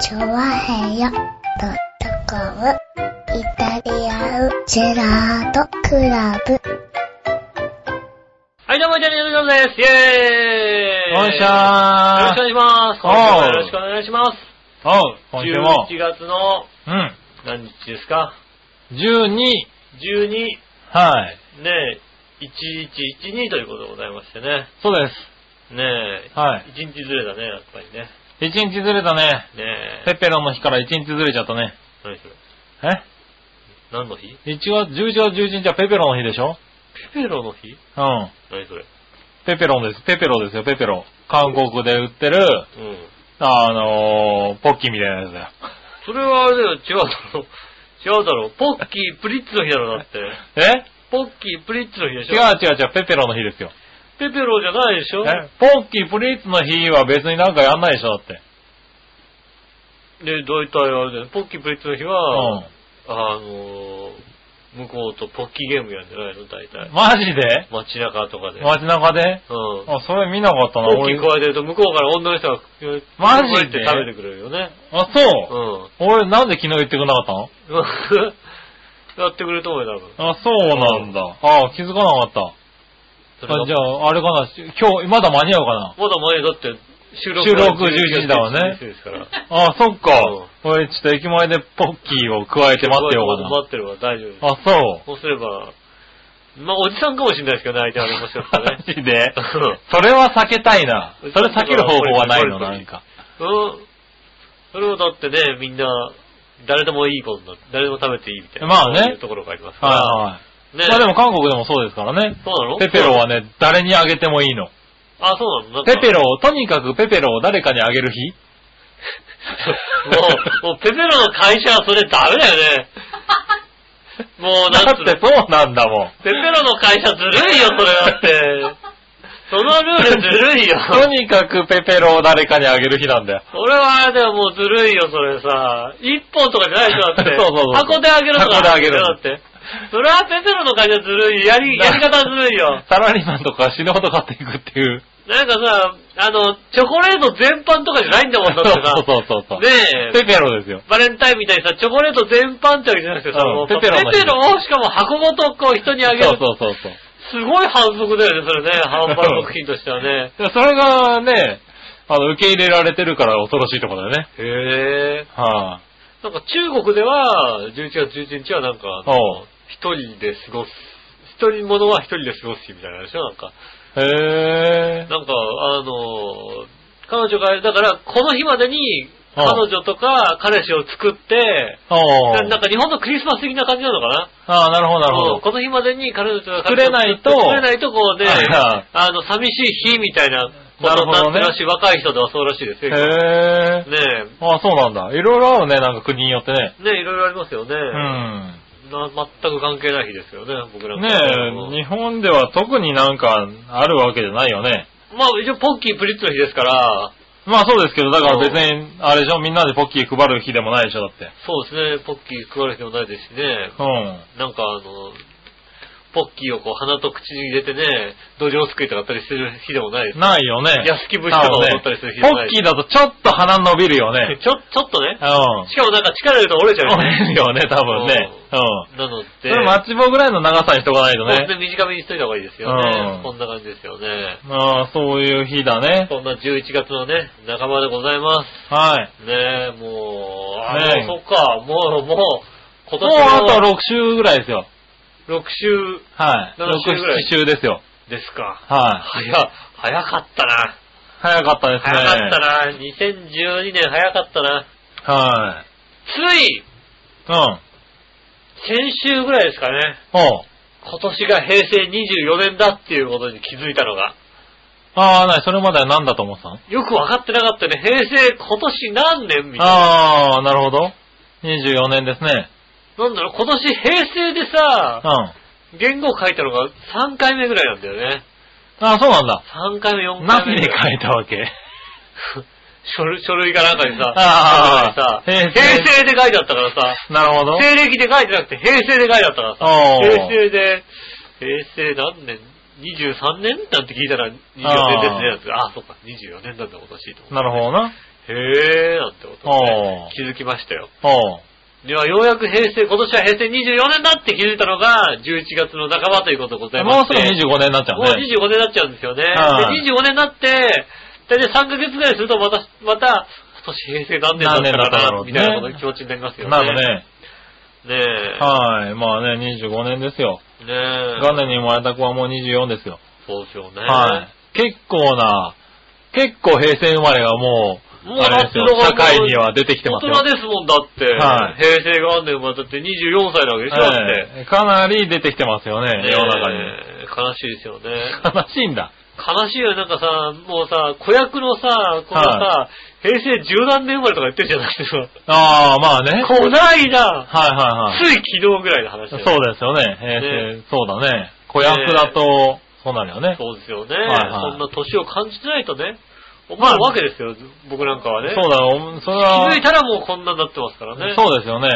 チョワヘヨドットコムイタリアンジェラートクラブ。はい、どうも、イタリアンジェラートです。イェーイおいしよろゃしくおー願いします。今週もよろしくお願いします。おう、今週も。 11月のうん。何日ですか12。 ?12、ねはい。え、1112ということでございましてね。そうです。ねえ、はい。 1日ずれだね、やっぱりね。一日ずれたね。ねペえ、ッペロンの日から一日ずれちゃったね。何それえ何の日 ?1 月、11月11日はペペロンの日でしょペペロの日うん。何それペペロンです。ペペロですよ、ペペロン。韓国で売ってる、うん。あのー、ポッキーみたいなやつだよ。それはあれだよ、違うだろ。違うだろ。ポッキープリッツの日だろ、だ って。えポッキープリッツの日でし違うょ違う違う、ペペロンの日ですよ。ペペロじゃないでしょえポッキープリーツの日は別になんかやんないでしょ、だって。で、大体あれだよね、ポッキープリッツの日うは、ん。あのー、向こうとポッキーゲームやるんじゃないの大体。マジで街中とかで。街中でうん。あ、それ見なかったポな、ッキー加えてると向こうから女の人が、マジこでうやって食べてくれるよね。あ、そう。うん。 俺なんで昨日言ってくれなかっやってくれると思うよ、多分。たのあ、そうなんだ。あ気づかなかった。それがあじゃあ、あれかな、し今日、まだ間に合うかな。まだ前だって、収録収録11時だわね11ですから。あそっうんか。俺、ちょっと駅前でポッキーを加えて待ってよう待ってるわ、大丈夫ですかな。あ、そう。そうすれば、まあ、おじさんかもしれないですけどね、相手は。もしかしたらねマ。ジでうん。 それは避けたいな。それ避ける方法はないの、なんか。うん。それをだってね、みんな、誰でもいいことだ。誰でも食べていいみたいな。まあねそういうところがありますから。あはいはい。まあでも韓国でもそうですからね。そうなのペペロは。ね、誰にあげてもいいの。あ、そうなのなんかペペロを、とにかくペペロを誰かにあげる日 もう、もうペペロの会社はそれダメだよ ね。もう、だなんっつうのてそうなんだもん。ペペロの会社ずるいよ、それだって。そのルールずるいよ。とにかくペペロを誰かにあげる日なんだよ。俺はあれだよ、もうずるいよ、それさ。一本とかじゃないでしょ、だって。 そうそうそう箱であげるとか。箱であげるだって。それはペペロの会社ずるい。や り、 やり方ずるいよ。サラリーマンとか死ぬほど買っていくっていう。なんかさ、あの、チョコレート全般とかじゃないんだもんだってさ。 そうそうそうそうねえ。ペペロですよ。バレンタインみたいにさ、チョコレート全般ってわけじゃなくてさ、うんもうさペペロのペペロをしかも箱ごとこう人にあそげうる。そうそうそう。すごい反則だよね、それ ね。販売食品としてはね。でそれがね、あの、受け入れられてるから恐ろしいところだよね。へえ。はなんか中国では、11月11日はなんかあおのう、一人で過ごす。一人ものは一人で過ごす日みたいなのでしょなんか。い。へなんか、あの、彼女が、だから、この日までに、お彼う女とか彼氏を作って、ー。おーななんか日本のクリスマス的な感じなのかなああ、なるほど、なるほうんど。この日までに彼女とか作れないと作れないとこうね、はいはいあの、寂しい日みたいなことになってるらしい、若い人ではそうらしいですへよ。ねえ。え。ああ、そうなんだ。いろいろあるね、なんか国によってね。ねえ、いろいろありますよね。うん。な全く関係ない日ですよね、僕らねうんえ、日本では特になんかあるわけじゃないよね。まあ一応ポッキープリッツの日ですから、まあそうですけど、だから別に、あれでしょ、みんなでポッキー配る日でもないでしょ、だって。そうですね、ポッキー食われてもないですしね、うん。なんかあの、ポッキーをこう鼻と口に入れてね、土壌すくいとかあったりする日でもないです。ないよね。安木節とか踊ったりする日じゃポないッキーだとちょっと鼻伸びるよ ね。ちょ、ちょっとねう。ん。しかもなんか力入れると折れちゃうよ折れるね。よね、多分ね。うん。なので、それマッチ棒ぐらいの長さにしとかないとほんとね。に短めにしといた方がいいですよね。うんこんな感じですよね。ああ、そういう日だね。そんな11月のね、半ばでございます。はい。ねえ、もう、あねえもうそっか、もう、もう、今もう年あもと6週ぐらいですよ。 6週はい。 7週ぐらい6、7週ですよ。ですか。はい。早、早かったな。早かったですね。早かったな。2012年早かったな。はい。つい、うん。先週ぐらいですかね。おう今年が平成24年だっていうことに気づいたのが。ああ、なに、それまでは何だと思ってたのよく分かってなかったね。平成今年何年みたいな。ああ、なるほど。24年ですね。なんだろう、今年平成でうさん。、あ言語を書いたのが3回目ぐらいなんだよね。あ、そうなんだ。 3回目、4回何目ぐでらい。書いたわけ書類書類かなんかにさ、あーなんかにさ平成平成で書いてあったからさ、なるほど。西暦で書いてなくて平成で書いてあったからさ、おー平成で、平成何年 ?23 年なんて聞いたら24年ですねなんて。ああ、そっか、24年なんだ今年と思って。なるほどな。へえーなんてことことをね、気づきましたよ。おうでは、ようやく平成、今年は平成24年だって気づいたのが、11月の半ばということでございまもうしすてぐ25年になっちゃうもうね。 25年になっちゃうんですよね。ではい25年になって、大体3ヶ月ぐらいするとまた、また、今年平成何年だったかな、何み年たいなだっただろこうねの気持ちになりますよね。なるね。ねえ。はい。まあね、25年ですよ。ねえ。元年に生まれた子はもう24ですよ。そうですよね。はい。結構な、結構平成生まれがもう、もうあれですよだっ、て社会には出てきて大ますよ。人ですもんだって。はい平成元年はだって24歳なわけでしょ、だって。ええかなり出てきてますよね、ねえ世の中に。悲しいですよね。悲しいんだ。悲しいよね、なんかさ、もうさ、子役のさ、このさ、は平成十何年生まれとか言ってるじゃないですか。ああ、まあね。はいこないだ、はいはい。つい昨日ぐらいの話そだうよですよね。平成、そうだね。子役だと、そうなるよね。そうですよね。はいはいそんな年を感じてないとね、思うわけですよ、僕なんかはね。そうだ、おそれ気は、づいたらもうこんなになってますからね。そうですよね。うん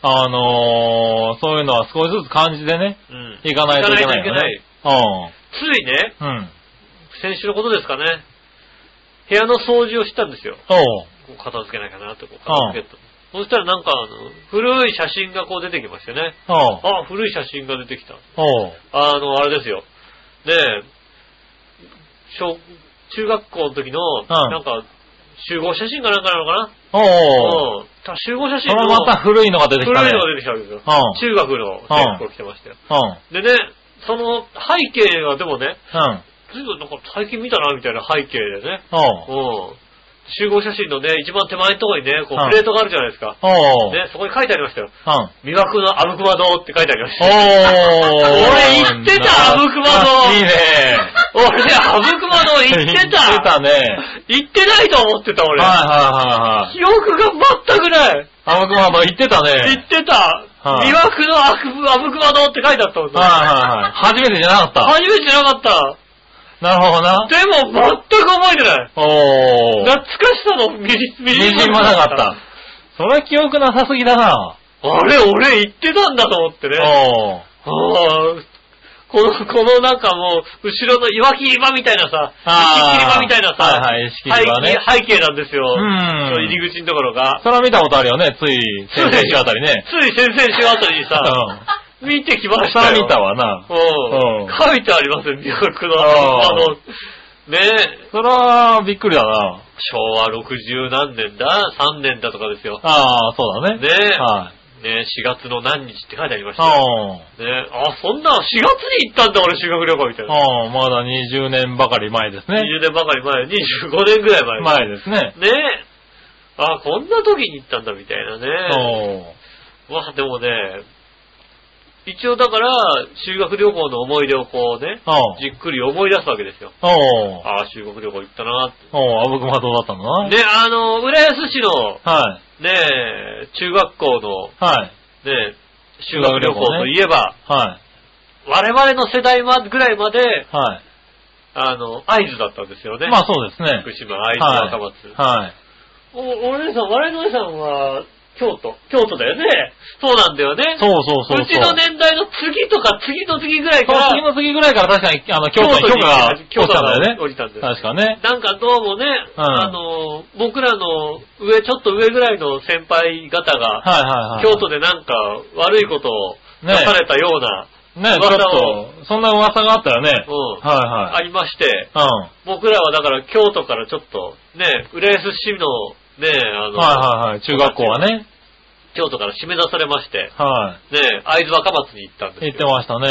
あのー、そういうのは少しずつ感じでね、うん。いかないといけないよね。ついね、うん。うん。先週のことですかね、部屋の掃除をしたんですよ。そこう。う片付けないかなって、こう片付けた。そしたらなんか、あの、古い写真がこう出てきましたよね。おう。あ、古い写真が出てきた。おう。あの、あれですよ。ねえ、小、中学校の時の、なんか、集合写真かなんかなのかなおう。うん。た集合写そ真れのまた古いのが出て古きいのたね。が出てきたわけですよ。う中ん学の制服を着てましたよ。うでん。ね、その背景はでもね、うん。ずいぶんなんか最近見たなみたいな背景でね、おう。うん。集合写真のね、一番手前のところにね、こううんプレートがあるじゃないですか。おう。ね、そこに書いてありましたよ。うん。魅惑の阿武隈堂って書いてありましおたよ。俺言っーてた阿武隈堂いいね。俺ね、阿武隈堂行 ってた言ってたね。行ってないと思ってたはい俺。はいはいはい。記憶が全くない。阿武隈堂言ってたね。はい行ってた。はい魅惑の阿武阿武隈堂って書いてあったもんね。はいはい。初めてじゃなかっ初めてじゃなかった。た。なるほどな。でも、全く覚えてない。おー。懐かしさのみじみみじんもなかった。。それは記憶なさすぎだな。あれ、俺言ってたんだと思ってね。あおー。あこの、このなんかもう、後ろの岩切り場みたいなさ、あー石切り場みたいなさ、はいはい石切り場ね背景背景なんですよ。うんその入り口のところが。それは見たことあるよね、つい、先々週あたりね。つい先々週あたりにさ、見てきまうん。しそたれよ。見た。わな。う。うんん書いてありますよ、魅惑の。あーあの、ねえ、それはびっくりだな。昭和60何年だ ?3 年だとかですよ。ああ、そうだね。ねえはい。ね、4月の何日って書いてありましたよ。あね、あ、そんな、4月に行ったんだ俺修学旅行みたいあ、な。ああ、まだ20年ばかり前ですね。 20年ばかり前、25年ぐらい前。前ですね。ね。あ、こんな時に行ったんだみたいなね。おまあでもね、一応だから、修学旅行の思い出をこうね、ああじっくり思い出すわけですよ。おおああ、修学旅行行ったなって。おおあぶくまどうだったんだな。ね、あの、浦安市の、はい。ね、中学校の、はい。ね、修学旅行といえば、はい。我々の世代まぐらいまで、はあの、合図だったんですよね。い。まあそうですね福。島、会津、はい若松。はい。お、お姉さん、我々のお姉さんは、京都。京都だよね。そうなんだよね。そうそうそうそう。ちの年代の次とか次の次ぐらいそかのら、次の次ぐらいから確かに、あの、京都に許可が落京ち都たんだよがね。降りたんです。確かね。なんかどうもね、うんあの、僕らの上、ちょっと上ぐらいの先輩方が、はいはいはい。京都でなんか悪いことをね出されたような、ね、ちょ噂をっと、そんな噂があったよね。うんあはいはい。りまして、うん。は僕らはだから京都からちょっと、ね、浦安市の、ね、あいの、はいはい。中学校はね。京都から締め出されまして、はね、会津若松に行ったんですい。よ。行ってましたね。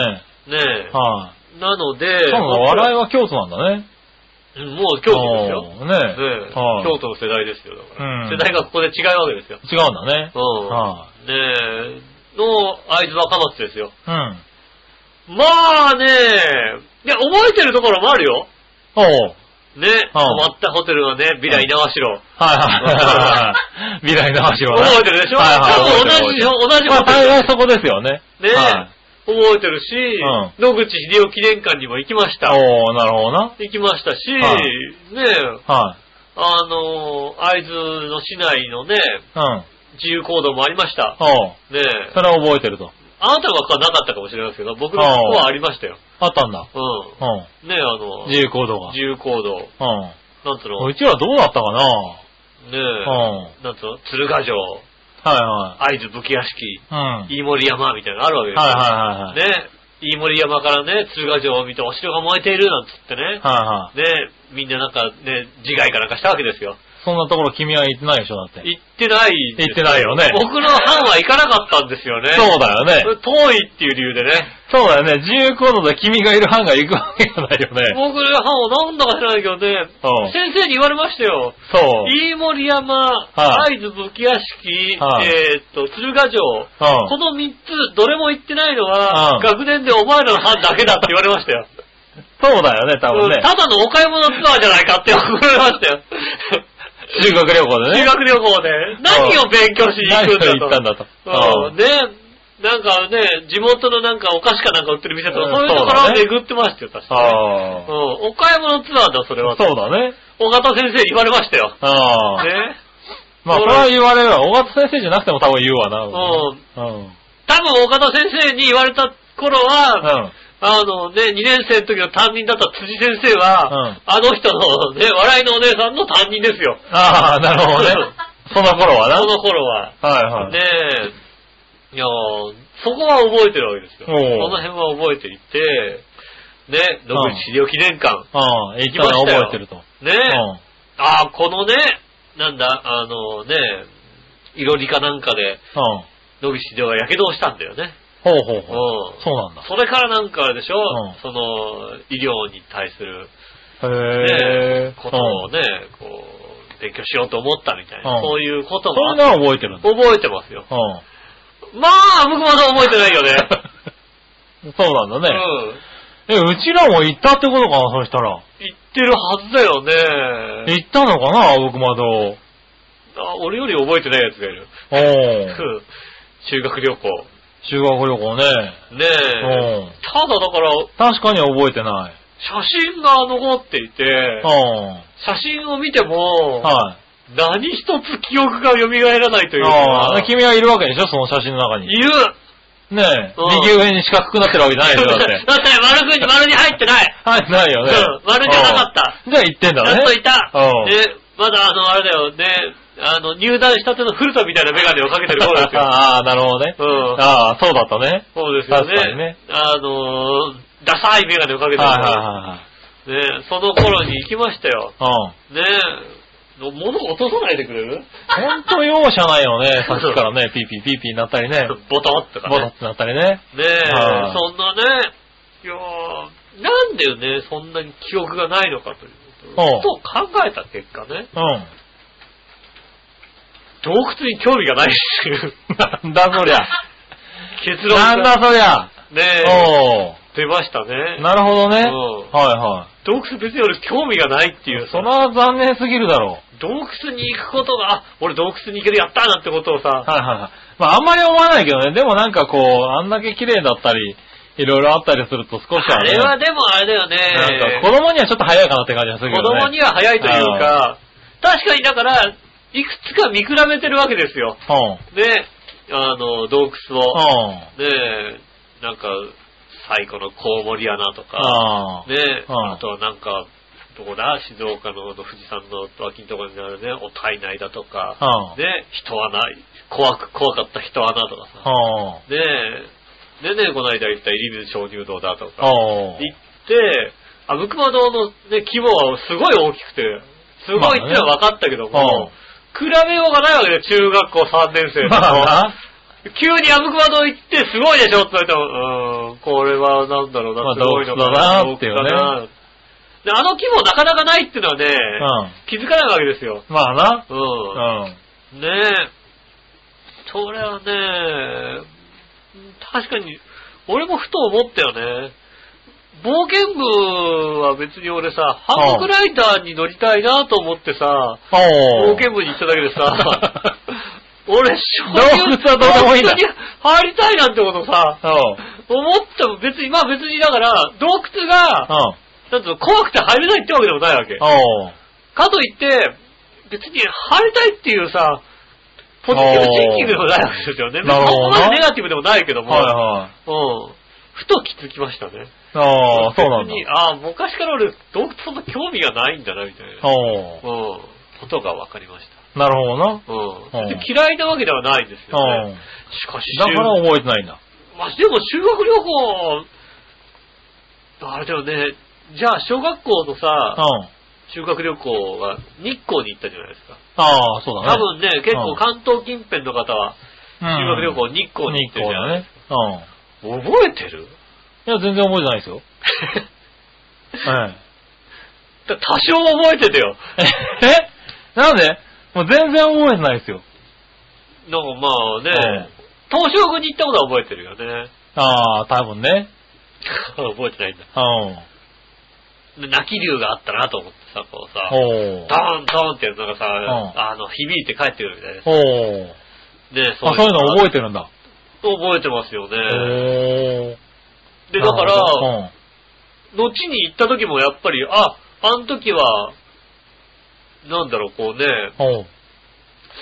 ねはなので、い。しかも笑いは京都なんだね。うんもう京都ですよ。おーねねはい京都の世代ですよ、だから。うん世代がここで違うわけですよ。違うんだね。うんはねの会津若松ですよ。い。うん。まあねいや、覚えてるところもあるよ。おう。はいね、泊まったホテルはね、ビラ稲ワシロ。 はいはい。未来の話はね。覚えてるでしょはいはい。多分同じ覚同じホテルえてるまあ大概そこですよね。ね、はい覚えてるし、う野口秀夫記念館にも行きました。おー、なるほどな。行きましたし、はいねはい。あのー、会津の市内のね、うん。自由行動もありました。おう。ねえそれは覚えてると。あなたの学校はなかったかもしれないですけど、僕の学校はありましたよ。あったんだ。う。うんねえ、あのん。、自由行動が。自由行動。う。なんつうんのうちはどうだったかなねえ。うん。なんつうの鶴ヶ城、は会津武器屋敷、いはい。うん。飯森山みたいなのあるわけですよ。はいはいはいはい。ねえ。飯森山からね、鶴ヶ城を見て、お城が燃えているなんつってね。はいはい。ねえ、みんななんかね、自害かなんかしたわけですよ。そんなところ君は行ってないでしょ、だって。行ってないです行ってないよね僕の班は行かなかったんですよね。そうだよね。それ遠いっていう理由でね。そうだよね。自由行動で君がいる班が行くわけがないよね。僕の班をなんだか知らないけどね、うん先生に言われましたよ。そう。飯森山、は会津武器屋敷、はいえーっと、鶴ヶ城、うんこの3つ、どれも行ってないのは、うん学年でお前らの班だけだって言われましたよ。そうだよね、多分うねん。ただのお買い物ツアーじゃないかって思われました よ。修学旅行でね。修学旅行で。何を勉強しに行くんだと。何を行ったんだとう。うんんね、なんかね、地元のなんかお菓子かなんか売ってる店とか、うんそういうとこそうろだねでぐってましたよ、確かに。あうん、お買い物ツアーだ、それは。あ。そうだね。尾形先生に言われましたよ。ああ。ね。まあ、それは言われるわ。大型先生じゃなくても多分言うわな。うん。うん。多分、岡田先生に言われた頃は、あのね、2年生の時の担任だった辻先生は、うんあの人のね、笑いのお姉さんの担任ですよ。ああ、なる ほどね。その頃はな。その頃は。はいはい。ねえ、いやーそこは覚えてるわけですよ。おそうの辺は覚えていて、ね、野口秀夫記念館、うん。行ききまはしたよ覚えてると。ね、うん。ああ、このね、なんだ、あのね、いろりかなんかで、うん。野口秀夫が火傷をしたんだよね。ほうほううんほう。そうなんだ。それからなんかあれでしょ、うんその、医療に対する、へえね。、ことをね、こう、勉強しようと思ったみたいな、うんそういうことうもんそあんっなの覚えてるんだ。覚えてますよ。うまあ、僕まだ覚えてないよ ね。ん。 そうなうんだね。ん。え、うちらも行ったってことかな、そしたら。言ってるはずだよね。行ったのかな、青熊堂。おあ俺より覚えてないやつがいる。うー。ん修学旅行。修学旅行ね。ねうえん。ただだから、確かに覚えてない。写真が残っていてう、ん。写真を見ても、はい。何一つ記憶が蘇らないというあかあ、、君はいるわけでしょその写真の中いに。るねえうん、右上に四角くなってるわけじゃないでし ょだって。だって丸くに、丸に入ってない。入ってないよね。うん丸じゃなかったうん。じゃあ行ってんだちゃんね。といた。うんで、まだあの、あれだよね、あの、入団したての古田みたいなメガネをかけてる頃ですよ。 ああ、なるほどね。うん。ああ、そうだったね。そうですよね。確かにねあのー、ダサいメガネをかけてるはい頃はねその頃に行きましたよ。いはいはい。ねの物を落とさないでくれるうん。ほんと容赦ないよね。さっきからね、ピーピーピーピーなったりね。ボトンとかボタねっ。てなったりね。ねえ、はいそんなね、いやーなんでよね、そんなに記憶がないのかというおことをう考えた結果ね、 うん。洞窟に興味がないっていうなんだそりゃ。結論が なんだそりゃ。ねえ、お出ましたお。ね。なるほどね。うはんいは洞窟別に俺興味がないっていい。う、それは残念すぎるだろう。洞窟に行くことが、あ、俺洞窟に行けるやったーなんてことをさ、はいはいはい。まああんまり思わないけどね、でもなんかこう、あんだけ綺麗だったり、いろいろあったりすると少しあはね、れはでもあれだよなんねか、子供にはちょっと早いかなって感じがするけ子どね。供には早いというか、確かにだから、いくつか見比べてるわけですよ。は。ね、あの、洞窟を。うん。うん。ねえ、なんか、最古のコウモリ穴とか、ああ。ねえ、うんあとはなんか、どこだ、静岡のあの富士山の脇のところにあるね、お体内だとか、うんねえ、人穴、怖く、怖かった人穴とかさ、はねえ、ねえねえ、この間言った入水鍾乳洞だとあ。か、はあ。行って、あ、ぶくま堂のね、規模はすごい大きくて、すごいってのは分かったけども、比べようがないわけで中学校3年生のまあ急にアブクバド行ってすごいでしょって言われても、うーん、これはなんだろうな、まあすごいのか洞窟だなってい洞うね窟だなであの規模なかなかないっていうのはね、な。気づかないわけですよ。うん。まあな。う。うんん。ねえ。それはね、確かに、俺もふと思ったよね。冒険部は別に俺さ、ハンモックライターに乗りたいなと思ってさ、お冒お。険部に行っただけで さ、俺、正洞窟はどうでもいいんだに入りたいなんてことさ、うん。思っても別に、まあ別にだから、洞窟が、うん。なんつうの、怖くて入れないってわけでもないわけ。おお。かといって、別に入りたいっていうさ、ポジティブシンキングでもないわけですよね。おーなるほそこどなまでネガティブでもないけども、はいはい。うん。ふと気づきましたね。ああ、そうなん別だ。にああ、昔から俺、洞窟そんな興味がないんだな、みたいな、うん、おお。ことが分かりました。なるほどな。うん。うん嫌いなわけではないんですようね。ん。しかし、だから覚えてないんだ。まあ、でも修学旅行、あれだよね、じゃあ小学校のうさ、ん。修学旅行は日光に行ったじゃないですか。ああ、そうだね。多分ね、結構関東近辺の方はうん、修学旅行日光に行日ってる光じゃだないね。うん。覚えてる いや、全然覚えてないですよ。はい。多少覚えてたよ。えなんでもう全然覚えてないですよ。なんかまあうんね、東照宮に行ったことは覚えてるよね。 ああ、多分ね。覚えてないんだ。うん。で泣き竜があったなと思ってさ、こうさ、おードーンドーンってやるのがさ、んあの、響いて帰ってくるみたいなやつおーねあ、そういうの覚えててるんだ。覚えてますよね。おーで、だかなるら、ほどうん。後に行った時もやっぱり、あ、あの時は、なんだろう、こうね、おう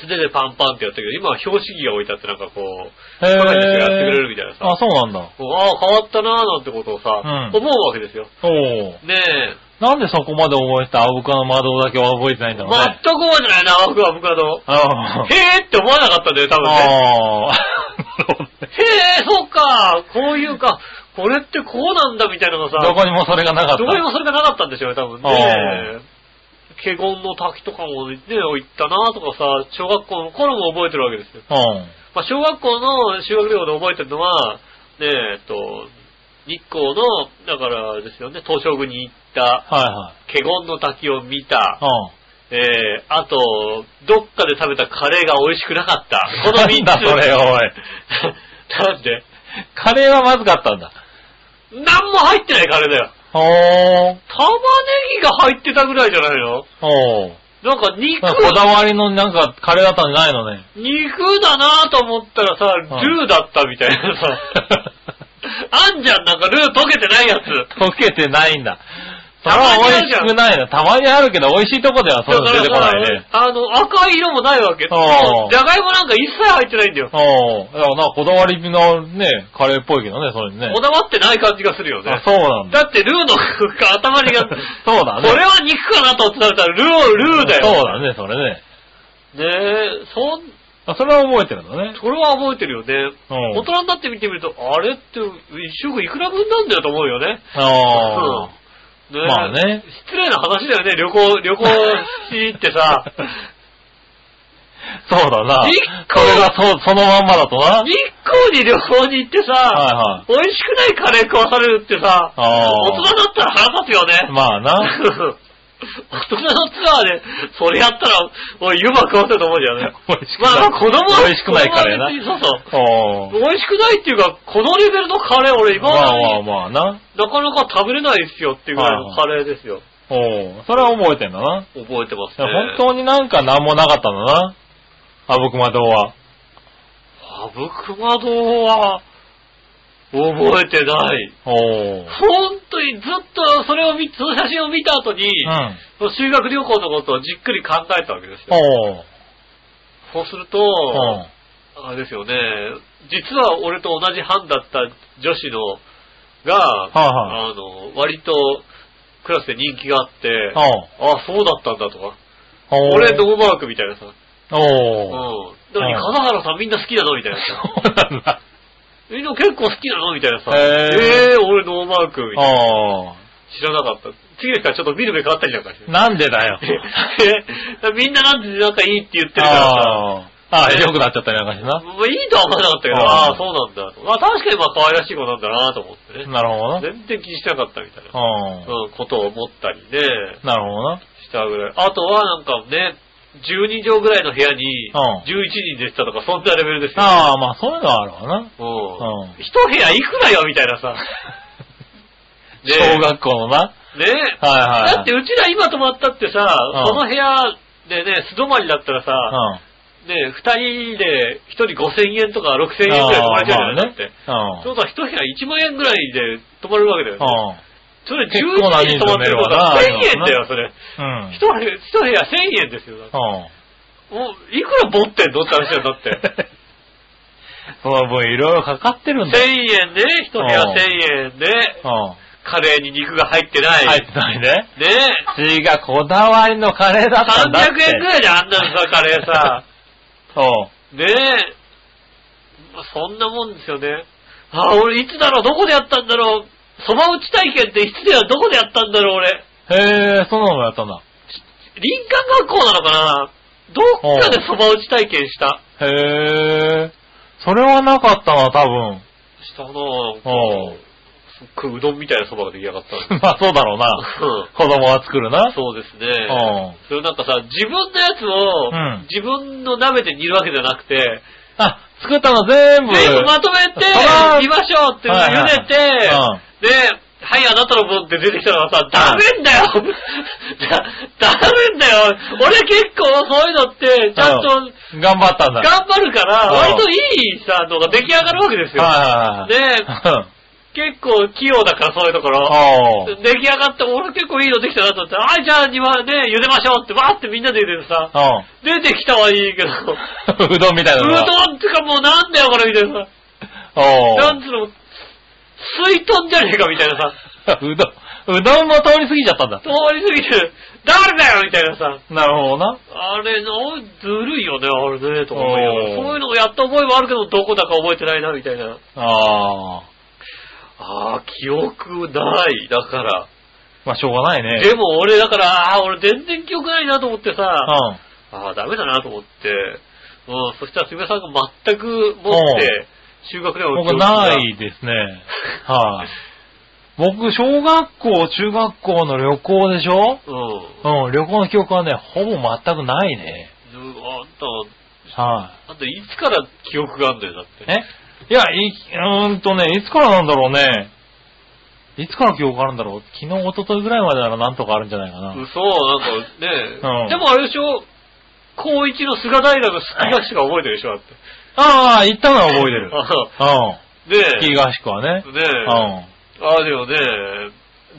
素手でパンパンってやったけど、今は標識が置いてあってなんかこう、へー係の人がやってくれるみたいなさ、あ、そうなんだ。こうああ、変わったなーなんてことをさ、うん思うわけですよ。おーねえ、なんでそこまで覚えてた青カの魔道だけは覚えてないん全だろくうね。覚えてないな、僕は僕はの。あへーって思わなかったんだよ、多分ね。あー。 へー、そうか、こういうか、これってこうなんだみたいなのがさ、どこにもそれがなかった。 どこにもそれがなかったんでしょうね、多分あね。華厳の滝とかもね、行ったなとかさ、小学校の頃も覚えてるわけですよ。うん。まあ、小学校の修学旅行で覚えてるのは、ねえ、えっと、日光の、だからですよね、東照宮に行った、は華厳の滝を見いた、はえー、あと、どっかで食べたカレーが美味しくなかった。い。こうん。の3つ。なんだそれ、おい。 なんでカレーはまずかったんだ。なんも入ってないカレーだよ。おー。玉ねぎが入ってたぐらいじゃないのおー。なんか肉、なんかこだわりのなんかカレーだったんじゃないのね。肉だなと思ったらさ、ルーだったみたいな さ。あんじゃん、なんかルー溶けてないやつ。溶けてないんだ。それたまにあはる美味じゃんしくないな。たまにあるけど、美味しいとこではそういうの出てこないね。あの、赤い色もないわけ。じゃああがいもなんか一切入ってないんだよ。おうだからなんかこだわりのね、カレーっぽいけどね、それにねこ。だわってない感じがするよね。あ、そうなんだ。だってルーの頭にが、こそうだね。れは肉かなと思って食べたら、ルーをルーだよ。そうだね、それね。ねえ、そん、あそれは覚えてるんだね。それは覚えてるよね。うん大人になって見てみると、あれって、一食いくら分なんだよと思うよね。ああ。ねまあね。失礼な話だよね、旅行、旅行しに行って さ、そうだな。一個これがそう、そのまんまだとな。はい日光に旅行に行ってさ、は美味しくないカレー食わされるってさ、あー大人だったら腹立つよい。 ね。まあな。大人のツアーで、それやったら、おい、湯葉食わせると思うじゃんね。美味しくまない。あ、子供は、美味しくないカレーな。子供は別にそうおそう。ー美味しくないっていうか、このレベルのカレー、俺今ままあでまあにまあな。なかなか食べれないですよっていうぐらいのカレーですよ。おうそれは覚えてんだな。覚えてますいやね。本当になんか何もなかったんだな。あぶくま堂は。あぶくま堂は、覚えてない。お本ー。当にずっとそれを見、その写真を見た後に、うん。その修学旅行のことをじっくり考えたわけですよ。おー。そうするうとん、。あれですよね、実は俺と同じ班だった女子のが、いはあの、割とクラスで人気があって、おー。あ、そうだったんだとか、おー。俺ノーマークみたいなさ、うん。 おー。なのに、うん笠原さんみんな好きなのみたいなさ。そう なんだ。みんな結構好きなのみたいなさ。へーえー、俺ノーマークみたいな。お知らなかった。次の日からちょっと見る目変わったりなんかして ー。。なんで だよ。えみんななんで仲いいって言ってるからさ。あー。あー、良くなっちゃったりなんかしてな。まあ、いいとは思わなかったけど、あーああー、そうなんだ。まあ確かにまあ可愛らしい子なんだなと思ってね。なるほどな。全然気にしてなかったみたいな、ううん、ことを思ったりね、ん。なるほどな。したぐらい。あとはなんかね、12畳ぐらいの部屋にうん11人でしたとか、そんなレベルですよ。ああ、まあそういうのはあるわな。うんうん一部屋いくらよみたいなさ。 ねえ小学校のな。ねえはいはい。だってうちら今泊まったってさ、んその部屋でね、素泊まりだったらさ、うん。ねえ二人で一人5000円とか6000円ぐらい泊まれちゃうじゃないだって。あそうだ、一部屋1万円ぐらいで泊まるわけだよね。ーまあねそれ10結構な人人泊まっ数て寝るるかわなら、1000円だよ、それ。うん。うん。一部屋、一部屋1000円ですよ。だってうん。もう、いくら持ってんのって話だよ、だって。 その分いろいろかかってるんだよ。 1000円で、一部屋1000円で、うん。カレーに肉が入ってない。入ってないね。ねえ。違う、こだわりのカレーだったんだって。 300円くらいであんなのさ、カレーさ。そねえ。まあそんなもんですよね。ああ、俺いつだろう、どこでやったんだろう。蕎麦打ち体験っていつだよ、どこでやったんだろう、俺。う。へえ、そんなのもやったんだ。林間学校なのかなどっかで蕎麦打ち体験した。へえ、それはなかったな、多分。したなぁ。おうすっごいうどんみたいな蕎麦が出来上がったの まあそうだろうな。うん子供は作るな。 そうですおねう。それなんかさ、自分のやつを、うん自分の鍋で煮るわけじゃなくて、あ、作ったの全部。全部まとめてあ、ら煮ましょうっていうのをはいはい茹でて、うんで、はい、あなたの分って出てきたのがさ、ダメんだよだ ダメんだよ俺結構そういうのって、ちゃんとうん頑張ったんだ。頑張るから、うん割といいさ、のが出来上がるわけですよ。はいはいはい。ね結構器用だから、そういうところ。お出う来上がって、俺結構いいのできたなと思って、あ、じゃあ煮はね、茹でましょうって、わーってみんなで茹でてさ、出てきたはいいけど、ううん。 うどんみたいなのが。どんってかもうなんだよこれみたいなさ、おうなんつうの、水豚じゃねえかみたいなさ、うどん、う どんも通り過ぎちゃったんだ。通り過ぎて、誰だよみたいなさ、なるほどな。あれの、ずるいよね、あれね、とか思いながらおーそういうのをやった覚えはあるけど、どこだか覚えてないな、みたいな。ああ。ああ、記憶ない、だから。まあしょうがないね。でも俺、だから、ああ、俺全然記憶ないなと思ってさ、うん。ああ、ダメだなと思って、うん、そしたら杉村さんが全く持って、修学旅行僕ないですね。はい、僕、小学校、中学校の旅行でしょ うん。うん、旅行の記憶はね、ほぼ全くないね。ずあんた、はあんたいつから記憶があんだよ、だっい、て。えいや、い、うーんとね、いつからなんだろうね。いつから記憶あるんだろう昨日、一昨日ぐらいまでならなんとかあるんじゃないかな。嘘、なんかね、うんでもあれでしょ、高一の菅平のスキーしか覚えてるでしょ、だって。ああ、行ったのは覚えてる。あ うねん。スキー合宿はね。ねうああ、でもね、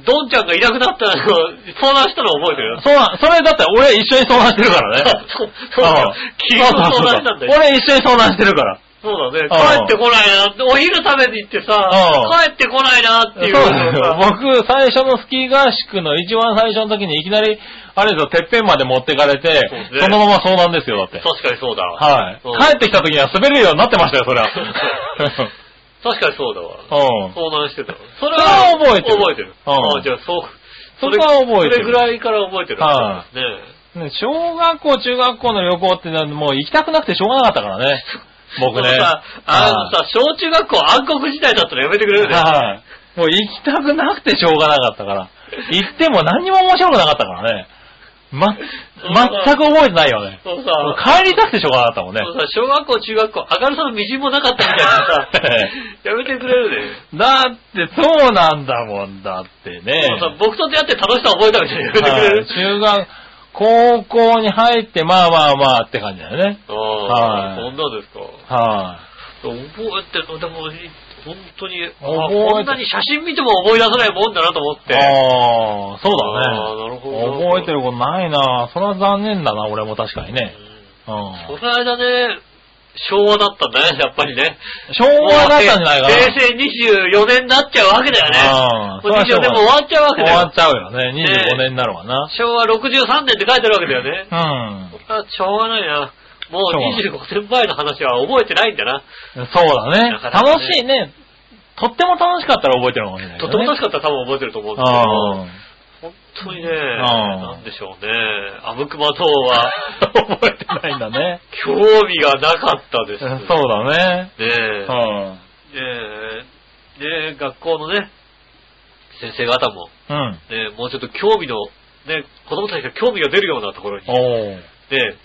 ドンちゃんがいなくなった のを、相談したの覚えてるよ ん。。そうな、それだって俺一緒に相談してるからね。そう、 そうだ。昨日相談したんだよ。俺一緒に相談してるから。そうだね。う帰んってこないなって、お昼食べに行ってさう、帰ってこないなってそういうなんですのよがさ。僕、最初のスキー合宿の一番最初の時にいきなり、あれですよ、てっぺんまで持ってかれてそうですね、そのまま相談ですよ、だって。確かにそうだわ。はい。うん帰ってきた時には滑れるようになってましたよ、そりゃ。確かにそうだわ。うん。相談してたわ。それそれは覚えてる覚えてる。うんああじゃあ、そう。そこは覚えてるそれぐらいから覚えてる。はねね小学校、中学校の旅行ってのはもう行きたくなくてしょうがなかったから ね。僕でねも。さ、あのさ、小中学校暗黒時代だったらやめてくれるね。はい。もう行きたくなくてしょうがなかったから。行っても何にも面白くなかったからね。ま、全く覚えてないよね。そうもうさ、帰りたくてしょうがなかったもんねそ。うさ小学校、中学校、明るさのみじんもなかったみたい なさえ、やめてくれるね。だってそうなんだもんだってね。そうさ僕と出会って楽しさ覚えたみたいなやめてくはれるい。中学、高校に入って、まあまあまあって感じだよね。ああ、はそいんなですか。は覚えてるの、でも、本当に、あ覚えてこんなに写真見ても思い出さないもんだなと思っい。て。ああ、そうあーだなるね。ほど覚えてることないなそれは残念だな、俺も確かにうね。んうん。その間ね、昭和だったんだね、やっぱりね。昭和だったんじゃないもかな。う平成24年になっちゃうわけだよね。うんもう24年も終わっちゃうわけ終だわよっ。ちゃうよね。25年になるわな。昭和63年って書いてるわけだよね。うん。あ、しょうがないな。もう25年前の話は覚えてないんだな。そうだねなか。なかね楽しいね。とっても楽しかったら覚えてるのかもしれないとけてどもね。楽しかったら多分覚えてると思うんですけど。本当にね、なんでしょうね。あぶくま等は、うん。 覚えてないんだね。興味がなかったです。 そうだね。ねえう、ん。ねえ、ねえ、学校のね、先生方も、うん。ねえ、もうちょっと興味の、ね、子供たちが興味が出るようなところに、ねおー。え、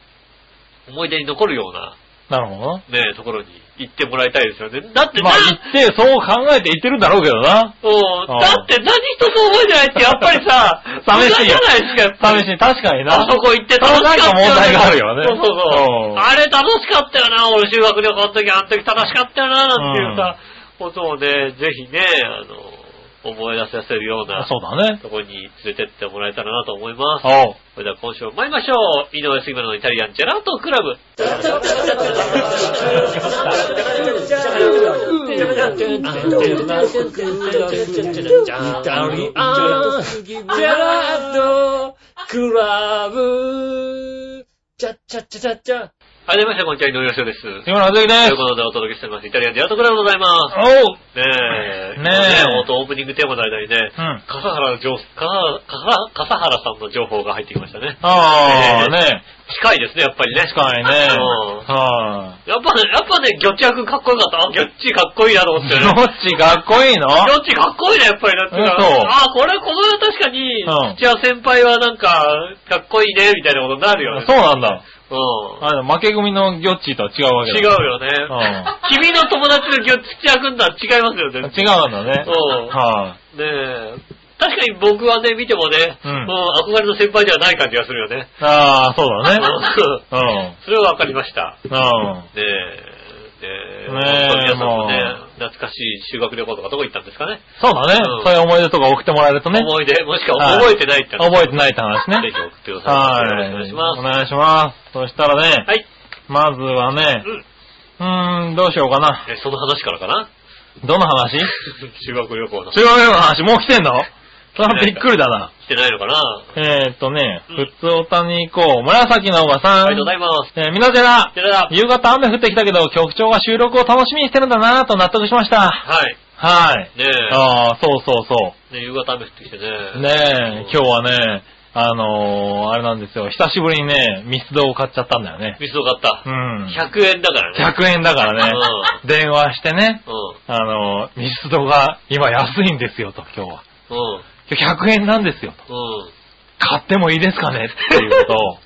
思い出に残るような、なるほどな。ねえ、ところに行ってもらいたいですよね。だってな、まあ言って、そう考えて言ってるんだろうけどな。うんああ、だって何一つ覚えてないって、やっぱりさ 寂しいよ無駄じゃないですか、やっぱり試しに確かにな。あそこ行って楽しかったよ、それなんか問題があるよねそうそうそうう。んあれ楽しかったよな、俺修学旅行の時、あの時楽しかったよな、なんていうさ、ことをね、ぜひね、あの、思い出させるような、そうだね。ところに連れてってもらえたらなと思います。おう。それでは今週も参りましょう。井上杉村のイタリアンジェラートクラブ。 Ooh. はじめまして、こんにちは、井上芳雄です。杉村和之で といすう。ことでお届けしております、イタリアンジェラートクラブでございます。おうねえ。ねええ。オープニングテーマの間にね、うん。笠原じょう笠原笠原さんの情報が入ってきましたね。あー、ねね近いですね、やっぱりね。近いね。うんはやっぱね、やっぱね、魚ちゃくんかっこよかった。あ、魚っちかっこいいなと思い。っどて ね。っちかっこいいの魚っちかっこいいな、やっぱりなっていうかうんそうあ、これ、この世確かにうん、土屋先輩はなんか、かっこいいね、みたいなことになるよね。そうなんだ。うあれだ、負け組のギョッチーとは違うわん。けだ。違うよね。君の友達の魚っちやくんとは違いますよ、うん全然。違うんだね。うんはい。ねえ。確かに僕はね、見てもね、うんもう憧れの先輩ではない感じがするよね。ああ、そうだ ね。うんうん。それはわかりました。うん。ねえ。ねねえ本当に皆さんもねもう、懐かしい修学旅行とかどこ行ったんですかね。そうだねうん。そういう思い出とか送ってもらえるとね。思い出、もしくははい覚えてないって覚えてい。ないって話ぜね。ひ送ってくださ。はいい。よろしくお願いしおま願いします。そしたらねす。、はい。まずはね、うんうーん、どうしようかな。えその話からかな どの話修学旅行の。来中学生の話、もう来てんのそれはびっくりだな。てないのかなえーっとねうん、普通おたに行こう。紫のおばさん。ありがとうございます。えーみなぜら、寺田。夕方雨降ってきたけど、局長が収録を楽しみにしてるんだなぁと納得しました。はい。はい。ねえ。ああ、そうそうそう。ね夕方雨降ってきてね。ねえ、今日はね、あのー、あれなんですよ、久しぶりにね、ミスドを買っちゃったんだよね。ミスド買ったう。ん。 100円だからね。 100円だからね、電話してね、うん。あのー、ミスドが今安いんですよと、今日は。うん。今日100円なんですよと。うん。買ってもいいですかねっていうこと を、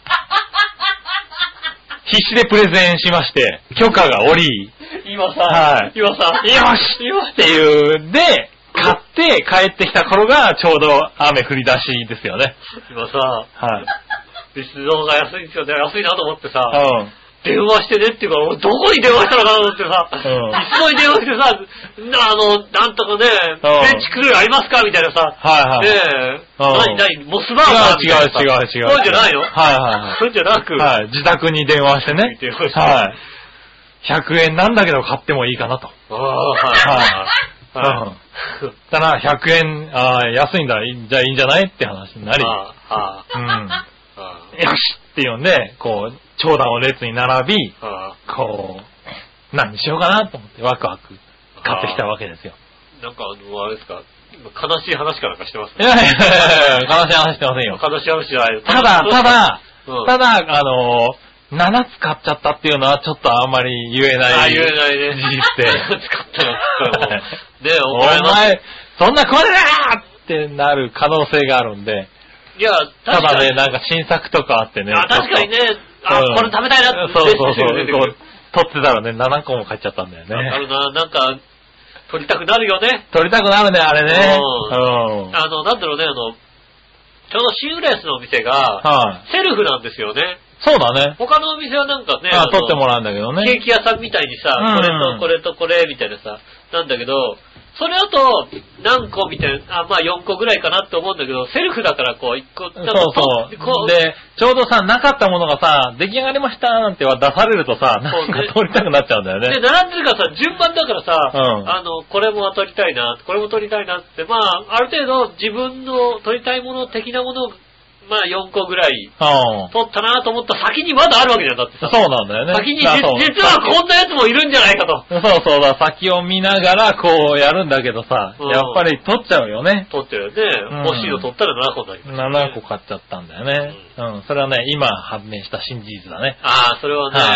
必死でプレゼンしまして、許可がおり、今さ、はい今さ、よしっていう、で、買って帰ってきた頃がちょうど雨降り出しですよね。今さ、はい。ミスドが安いんですよね。安いなと思ってさ、うん。電話してねっていうから、俺どこに電話したのかなと思ってさ、うんミスドに電話してさ、なあの、なんとかね、うんベンチクルーありますかみたいなさ、はいはい。ねえ、うん何何モス違う違う違う違バーガーうみたいなさ違う。そうじゃないのはいはそうじゃないく、はい。はい、自宅に電話してね電話し。てはい。100円なんだけど買ってもいいかなと。ああ、はい。は。はいたら100円、ああ、安いんだ、いいじゃあいいんじゃないって話になり、ああ、あうん。あ、あよしって呼んで、こう、長蛇の列に並び、あ、ああこう、何にしようかなと思ってワクワク買ってきたわけですよ。なんかあの、あれですか、今悲しい話かなんかしてますいやいやいやいや、悲しい話してませんよ。悲しい話じゃないよただ、た、だ、うんただ、あのー、7つ買っちゃったっていうのはちょっとあんまり言えあなあ、い。言えないね。事実って 使ったら使ったらもう。ねおお前の。前、そんなこれだってなる可能性があるんで、いや、た確だかね、に。なんか新作とかあってね。あ、確かにね。あ、うんこれ食べたいなって。そうそうそう。出てくる取ってたらね、7個も買っちゃったんだよわかね。るな。なんか、取りたくなるよね。取りたくなるね、あれうね。うん。あの、なんだろうね、あの、ちょうどシームレスのお店が、はい。セルフなんですよね。そうだね。他のお店はなんかね、あの取ってもらうんだけどケーね。キ屋さんみたいにさ、うんこれとこれとこれみたいなさ、なんだけど、それあと、何個みたいな、あ、まあ4個ぐらいかなって思うんだけど、セルフだからこう、1個、そなうんかそこう。う、で、ちょうどさ、なかったものがさ、出来上がりましたなんては出されるとさ、なんか取りたくなっちゃうんだよで、ね。並んでるからさ、順番だからさ、うんあの、これも取りたいな、これも取りたいなって、まあ、ある程度自分の取りたいもの的なものを、まあ4個ぐらいうん。取ったなと思った先にまだあるわけじゃん、だってそさ。うなんだよね。先にじ、実だそうはこんなやつもいるんじゃないかと。そうそうだ、先を見ながらこうやるんだけどさ、うんやっぱり取っちゃうよね。取ってるよね。うん欲しいの取ったら7個になります、 7個買っちゃったんだよね。うん、それはね、今判明した新事実だね。ああ、それはね、はい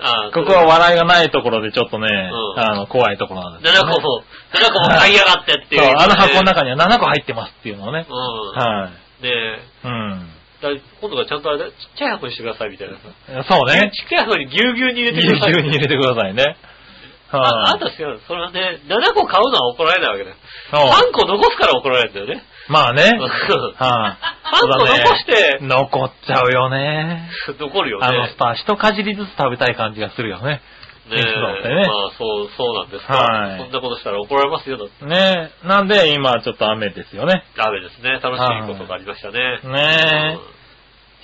ああ、ここは笑いがないところでちょっとね、んあの、怖いところなんです7個も、7個も買いやがってっていう。そう、あの箱の中には7個入ってますっていうのをね。うん。はい。で、うん。だ今度はちゃんとあれだ、ちっちゃい箱にしてくださいみたいなさ。そうね。ちっちゃい箱にぎゅうぎゅうに入れて入ください。に入れてくださいね。あ、あんはいた違う。それはね、7個買うのは怒られないわけだよ。そう3個残すから怒られるんだよね。まあね。うんはい3個残して、残っちゃうよね。残るよね。あのさ、一かじりずつ食べたい感じがするよね。ねえ密度ってねまあ、そう、そうなんですか。はいそんなことしたら怒られますよ。だってねえ。なんで、今ちょっと雨ですよね。ダメですね。楽しいことがありましたね。ねえうん。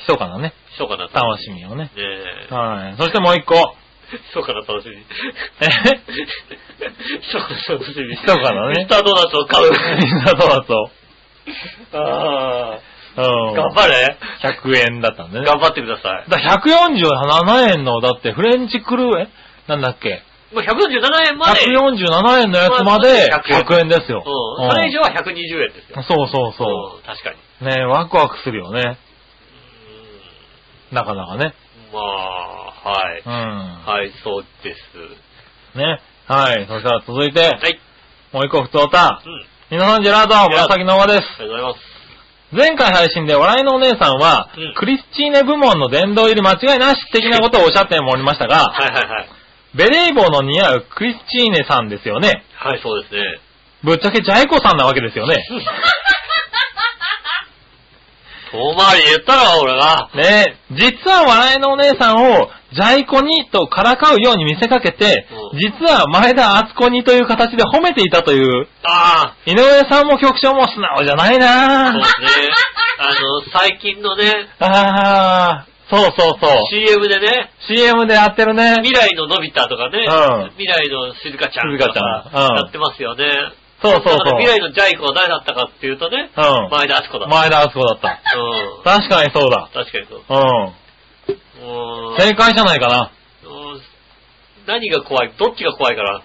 密かなね、ひそかな楽しみをね。ねえ。はい。そしてもう一個。密かな楽し み。え密かな楽しみ。密かなねミスタードーナツを 買う。みんなドーナツを。あうあ。ん。頑張れ。 100円だったんでね。頑張ってください。だから147円の、だってフレンチクルー、えなんだっけもう147円まで。 ?147 円のやつまで100 100円ですよ。うん。それ以上は120円ですうんよ。そうそうそうん。確かに。う。ねワクワクするよね。うなかなかね。んまあ、はい。うん。はい、そうです。ね。はい。そしたら続いて、はい。もう一個普通歌う。ん。皆さんジェラード、紫の輪です。ありがとうございます。前回配信で笑いのお姉さんは、うんクリスチーネ部門の殿堂入り間違いなし的なことをおっしゃっておりましたが、はいはいはい。ベレー帽の似合うクリスチーネさんですよね。はい、そうですね。ぶっちゃけジャイコさんなわけですよね。 遠回り言ったら俺が。ねえ、実は笑いのお姉さんをジャイコにとからかうように見せかけてう、ん実は前田敦子にという形で褒めていたという、あ井上さんも局長も素直じゃなあ、そいうなでぁ。すね。あの、最近のね、あー、そうそうそう。 CM でね、 CM でやってるね。未来ののび太とかね、うん未来のしずかちゃんしずとかちゃんうかんやってますよね。そうそうそだうから未来のジャイコは誰だったかっていうとね、うん。前田敦子だ。前田敦子だった。うん。確かにそうだ。確かにそう。うん。うーん正解じゃないかな。うーん何が怖いどっちが怖いから。うん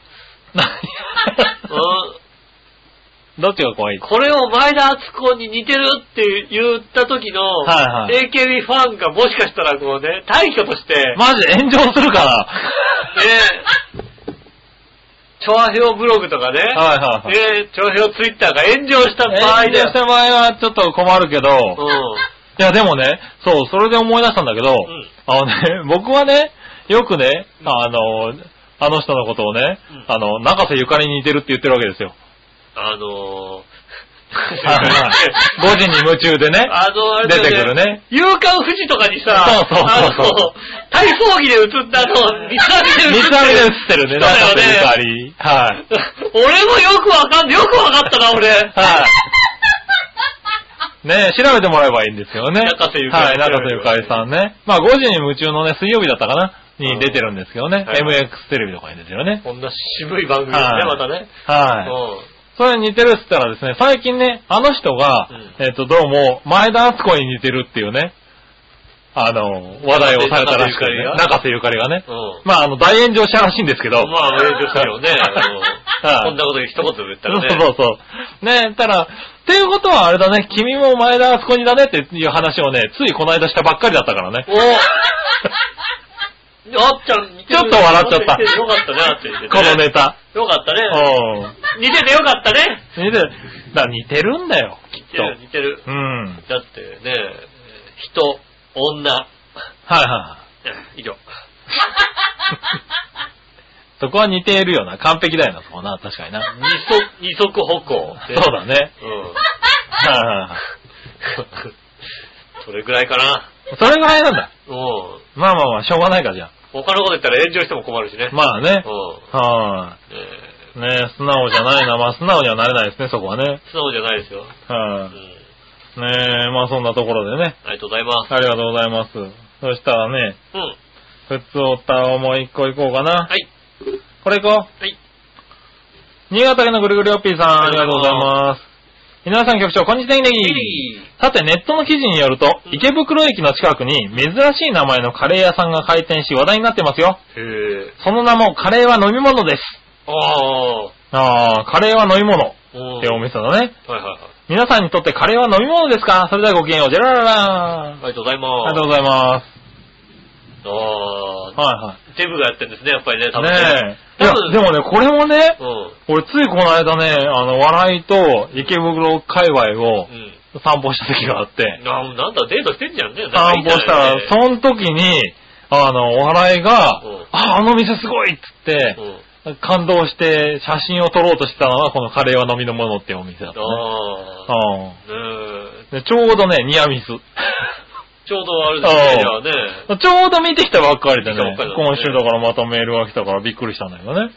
どっちが怖いこれを前田敦子に似てるって言った時の、はいはい AKB ファンがもしかしたらこうね、大挙として、 マジ炎上するから。ね、調和表ブログとかね、 はいはいはい。ね、調和表ツイッターが炎上した場合炎上だしたよ。場合はちょっと困るけど、ういやでもね、そう、それで思い出したんだけんど、あのね、 僕はね、よくね、あの、あの人のことをね、うんあの、中瀬ゆかりに似てるって言ってるわけ ですよ。ん。あのー、 5時に夢中でね。あの、あれだよ出てくるね。夕刊富士とかにさ、そうそうそうそうあの、体操着で映ったの、三つ編みで映って三つ編みる。で映ってるね、そうだ中よね瀬ゆかり。はい。俺もよくわかんよくわかったな、俺。はい。ね調べてもらえばいいんですよね。中瀬ゆかりはい、中瀬ゆかりさんね。まあ、5時に夢中のね、水曜日だったかなに出てるんですけどね。はい MX テレビとかに出てるね。こんな渋い番組ですね、はいまたね。はい。うそれに似てるっつったらですね、最近ね、あの人が、うんえっ、と、どうも、前田敦子に似てるっていうね、あの、話題をされたらしくて、ね、中中瀬ゆかりがね。ん。うん。まあ、あの、大炎上したらしいんです けど。まあ、勉強したよね。はいうんこんなこと一言で言ったらね。そうそうそう。ねたら、っていうことはあれだね、君も前田あそこにだねっていう話をね、ついこの間したばっかりだったからね。おあっちゃん似てる、ちょっと笑っちゃったよかったね、あっちゃん似ててこのネタ。よかったね。うん。似ててよかったね。似てる、だ似てるんだよ、きっ似てる、似てる。と。うん。だってね、人、女、はいは以上。い。そこは似ているよな。完璧だよな、そこな。確かにな。二足、二足歩行。そうだね。うん。はいはいはい。それぐらいかな。それぐらいなんだ。うん。まあまあまあ、しょうがないか、じゃ他のこと言ったら炎上しても困るしね。あ。まあねう。ん。はねい。ね素直じゃないな。まあ、素直にはなれないですね、そこはね。え素直じゃないですよ。うはん。い。ねまあ、そんなところでね。ありがとうございます。ありがとうございます。そしたらね、うん。普通おたをもう一個いこうかな。はい。これいこう。はい。新潟県のぐるぐるおっぴーさん、あありりががととううごござざいいまます。皆さん局長、こんにちは、ネギ。さて、ネットの記事によるとう、ん池袋駅の近くに珍しい名前のカレー屋さんが開店し話題になってますよ。へえ。その名も、カレーは飲み物です。ああ。あー、カレーは飲み物っうん。てお店だね。はいはいはい。皆さんにとってカレーは飲み物ですかそれではごきげんよう、ジェラララありがとうございあます。りがとうございます。うああ。はデブがやってるんですね、やっぱりね、い多は分い。ねえ。い多や分、でもね、これもね、うん。俺ついこの間ね、あの、笑いと池袋界隈をう散歩した時があって、ん。あなんだ、デートしてんじゃんね。散歩したなんら、かいいその時に、あの、お笑いがうん、あ、あの店すごいっつって、ん感動して写真を撮ろうとしてたのが、このカレーは飲みのものっていうお店だっただね。ね。ああ。ねえ。うんでちょうどね、ニアミ ス。ちょうどあれですね、じゃうあね。ちょうど見てきたばっかりで見たばっねかりだね今週だからまたメールが来たからびっくりしたんだけどね。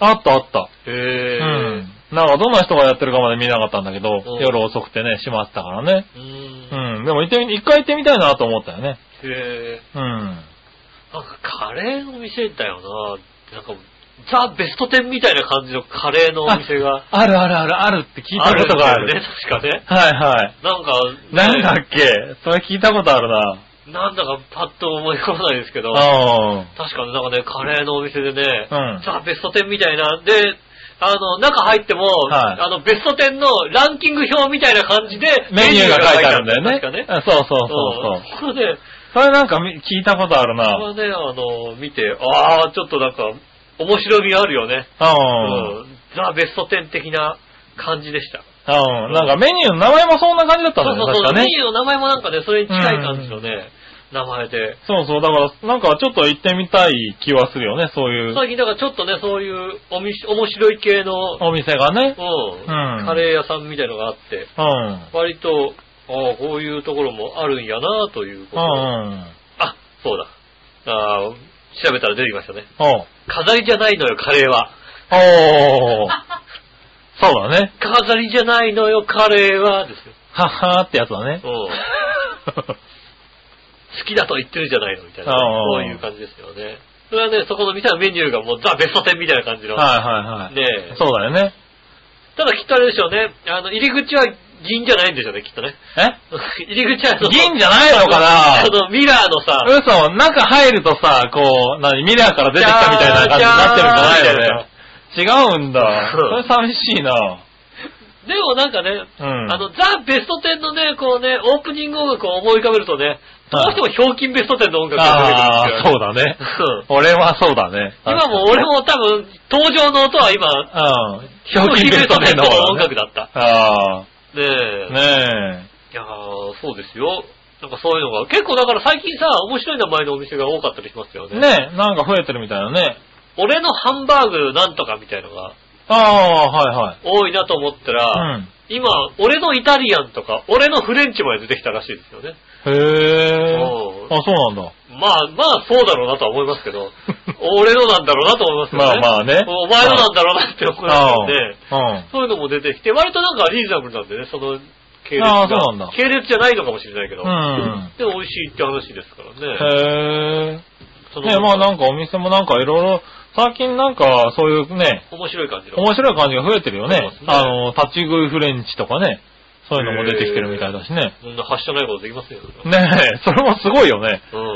あったあった。へえ。うん。なんかどんな人がやってるかまで見なかったんだけど、うん夜遅くてね、閉まってたからね。うーん。うん。でも行ってみ、一回行ってみたいなと思ったよね。へえ。うん。なんかカレーの店だよな。なんか、ザ・ベスト10みたいな感じのカレーのお店が。あるあるあるあるって聞いたことがある。んだよね、確かね。はいはい。なんか、なんだねっけそれ聞いたことあるな。なんだかパッと思い浮かばないですけど、あ確かになんかね、カレーのお店でね、うんザ・ベスト10みたいな。で、あの、中入っても、はいあの、ベスト10のランキング表みたいな感じで、ーメニューが書いてあるんだよ確ね。かね。あそうそうそそうそうう。。これね、それなんかみ聞いたことあるこな。れね、あの、見て、ああ、ちょっとなんか、面白みあるよね。うん。うんザ・ベスト10的な感じでした。うん。なんかメニューの名前もそんな感じだったんだよね、確かメねニ。ューの名前もなんかね、それに近い感じのね、名前で。そうそう。だから、なんかちょっと行ってみたい気はするよね、そういう最近だからちょっとね、そういうおみし面白い系の、お店がね。うんうんカレー屋さんみたいのがあって、うん。割と、ああ、こういうところもあるんやなというこうとで。んうん。あ、そうだ。あー調べたら出てきましたね。おう飾りじゃないのよ、カレーは。おー。そうだね。飾りじゃないのよ、カレーは。ですよ。はっはーってやつだねう。ん 好きだと言ってるじゃないの、みたいな。あーそういう感じですよね。それはね、そこの見たメニューがもうザ・ベスト10みたいな感じの。はいはいはい。ねえそうだよね。ただきっとあれでしょうね。あの、入り口は銀じゃないんでしょうね、きっとね。え 入り口はその銀じゃないのかなあの、ミラーのさ、嘘、中入るとさ、こう、何、ミラーから出てきたみたいな感じになってるんじゃないよね。違うんだ。うそんれ寂しいな。でもなんかね、うんあの、ザ・ベスト10のね、こうね、オープニング音楽を思い浮かべるとね、どうしてもひょうきんベスト10の音楽があ出てくるんですよ。あ、そうだね。そう。俺はそうだね。今も俺も多分、登場の音は今、うん。ひょうきんベストひょうきんベスト10 10のの方音だ楽ね。だった。あねあ、え。ねいやーそうですよ。なんかそういうのが、結構だから最近さ、面白い名前のお店が多かったりしますよえ。ね。ねえ、なんか増えてるみたいなね。俺のハンバーグなんとかみたいのがああ、はいはい。多いなと思ったうら、ん。今、俺のイタリアンとか、俺のフレンチまで出てきたらしいですよね。へえ。そうあ、そうなんだ。まあまあそうだろうなとは思いますけ ど、俺のなんだろうなと思いますけどね。まあまあねお前のなんだろうなって思いますあので、あ、そういうのも出てきて、割となんかリーズナブルなんでね、その系列あが。あそうなんだ系列じゃないのかもしれないけど。うんでも美味しいって話ですからね。うん。へえ。そのねまあなんかお店もなんかいろいろ、最近なんかそういうね、面白い感じの。面白い感じが増えてるよね。そうですねあの、立ち食いフレンチとかね、そういうのも出てきてるみたいだしね。そんな発射ないことできますよ。ねえ、それもすごいよね。うんう。ん。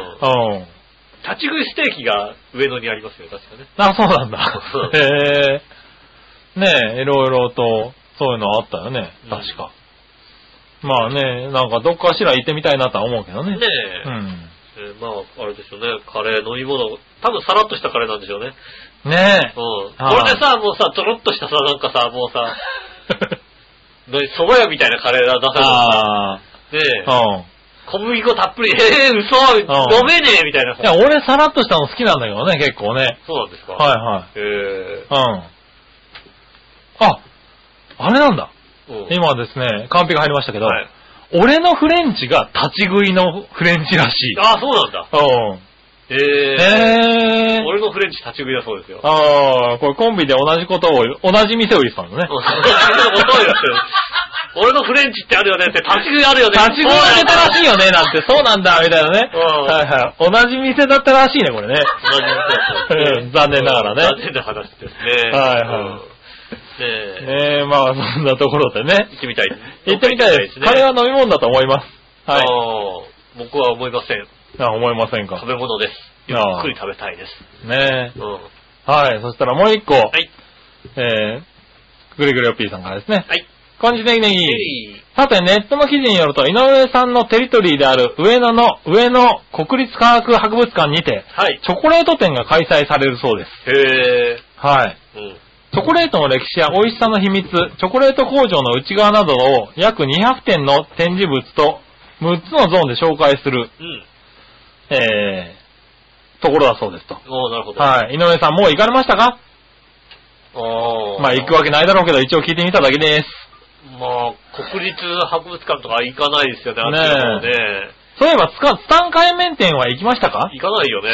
立ち食いステーキが上野にありますよ、確かね。あ、そうなんだそう。へえ。ねえ、いろいろと、そういうのあったよね。確か。まあね、なんかどっかしら行ってみたいなとは思うけどね。ねうえ。ん。えーまあ、あれですよね、カレー、飲み物、多分さらっとしたカレーなんでしょうね。 ねえ。うん。はいこれでさ、もうさ、とろっとしたさ、なんかさ、もうさ、何、蕎麦屋みたいなカレーだ、出さあれるのさ。で、あ、うん。小麦粉たっぷり、 えー、嘘、ん飲めねえみたいないや、さ。俺さらっとしたの好きなんだけどね、結構ね。そうなんですかはいはい。い。えうん。あ、あれなんだ。ー、うん今ですね、カンペが入りましたけど、はい。俺のフレンチが立ち食いのフレンチらしい。ああ、そうなんだ。うん。えー、へぇー。俺のフレンチ立ち食いだそうですよ。 ああ、これコンビで同じことを、同じ店を言ってたんだねうん。そうですよ俺のフレンチってあるよねって、立ち食いあるよね立ち食いが出たらしいよね、なんて、そうなんだ、みたいなね。うんはいはい。同じ店だったらしいね、 これね。 うん残念ながら残ね。念な話ですね。はいはいいねえ、ええまあ、そんなところでね。行ってみたい。行ってみたいです。カレーは飲み物だと思います。ははいい。。僕は思いません。あ、思いませんか食。べ物です。ゆっくり食べたいです。ねえ。うん。ははい。そしたらもう一個。い。えー、ぐりぐりおっぴーさんからですね。はい。こんにちは、ネギネギ。えいさて、ネットの記事によると、井上さんのテリトリーである上野の、上野国立科学博物館にて、はい。チョコレート展が開催されるそうです。へはい。ぇー。うん。チョコレートの歴史や美味しさの秘密、チョコレート工場の内側などを約200点の展示物と6つのゾーンで紹介する、うん。えー、ところだそうですと。おー、なるほど。い。はい。井上さん、もう行かれましたかあーまあ行くわけないだろうけど、一応聞いてみただけです。まあ、国立博物館とか行かないですよね、あっちの方ね。そういえば、つか、ツタンカイメン店は行きましたか行かないよね。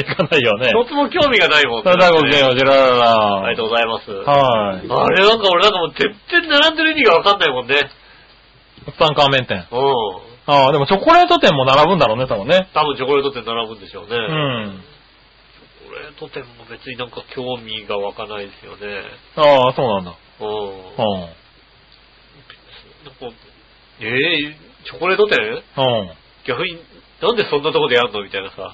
行かないよね。一つも興味がないもんそれだごきげんよう、ジェラララ。ありがとうございます。はい。あれなんか俺なんかもう全然並んでる意味がわかんないもんね。ツタンカーメン店。うん。ああ、でもチョコレート店も並ぶんだろうね、多分ね。多分チョコレート店並ぶんでしょうね。うん。チョコレート店も別になんか興味が湧かないですよね。ああ、そうなんだ。うん。うん。なんかええチョコレート店逆に、なんでそんなとこでやるのみたいなさ。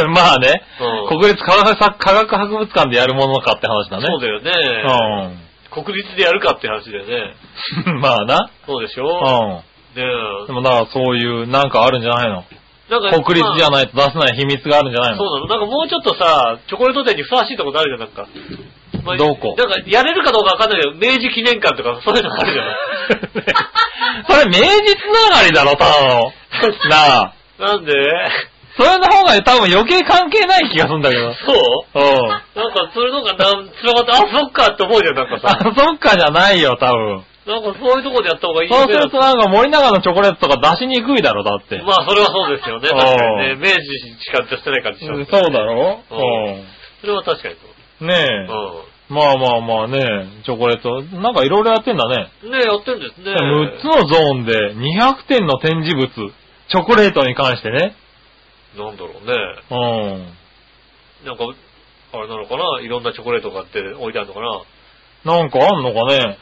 うん。 まあね、うん国立科学博科学博物館でやるものかって話だね。そうだよね。国立でやるかって話だよね。うん。 まあな。そうでしうょん。ねえ。でもだからそういう、なんかあるんじゃないのなんか国立じゃい。ないと出せない秘密があるんじゃなまあいそうのなの。なんかもうちょっとさ、チョコレート店にふさわしいとこあるじゃん、なんか。まあどこなんか、やれるかどうかわかんないけど、明治記念館とかそういうのあるじゃない。 それ明治つながりだろ、ただの。なあ。 なんでそれの方が多分余計関係ない気がするん だけど。そううん。なんか、それのがなん、つながって、あ、そっかって思うじゃん、なんかあさ。、そっかじゃないよ、多分。なんか、そういうとこでやった方がいいそうよすね。るとなんか森永のチョコレートとか出しにくいだろ、だって。まあ、それはそうですよね。うん確かにね。明治しか出してない感じしうまんすそうだろうんそれは確かにそう。うん。ねうえ。まあまあまあね、チョコレート。なんかいろいろやってんだね。ん。ねやってるんですね。 6つのゾーンで200点の展示物、チョコレートに関してね。なんだろうね。うん。なんか、あれなのかないろんなチョコレートがあって置いてあるのかななんかあんのかね。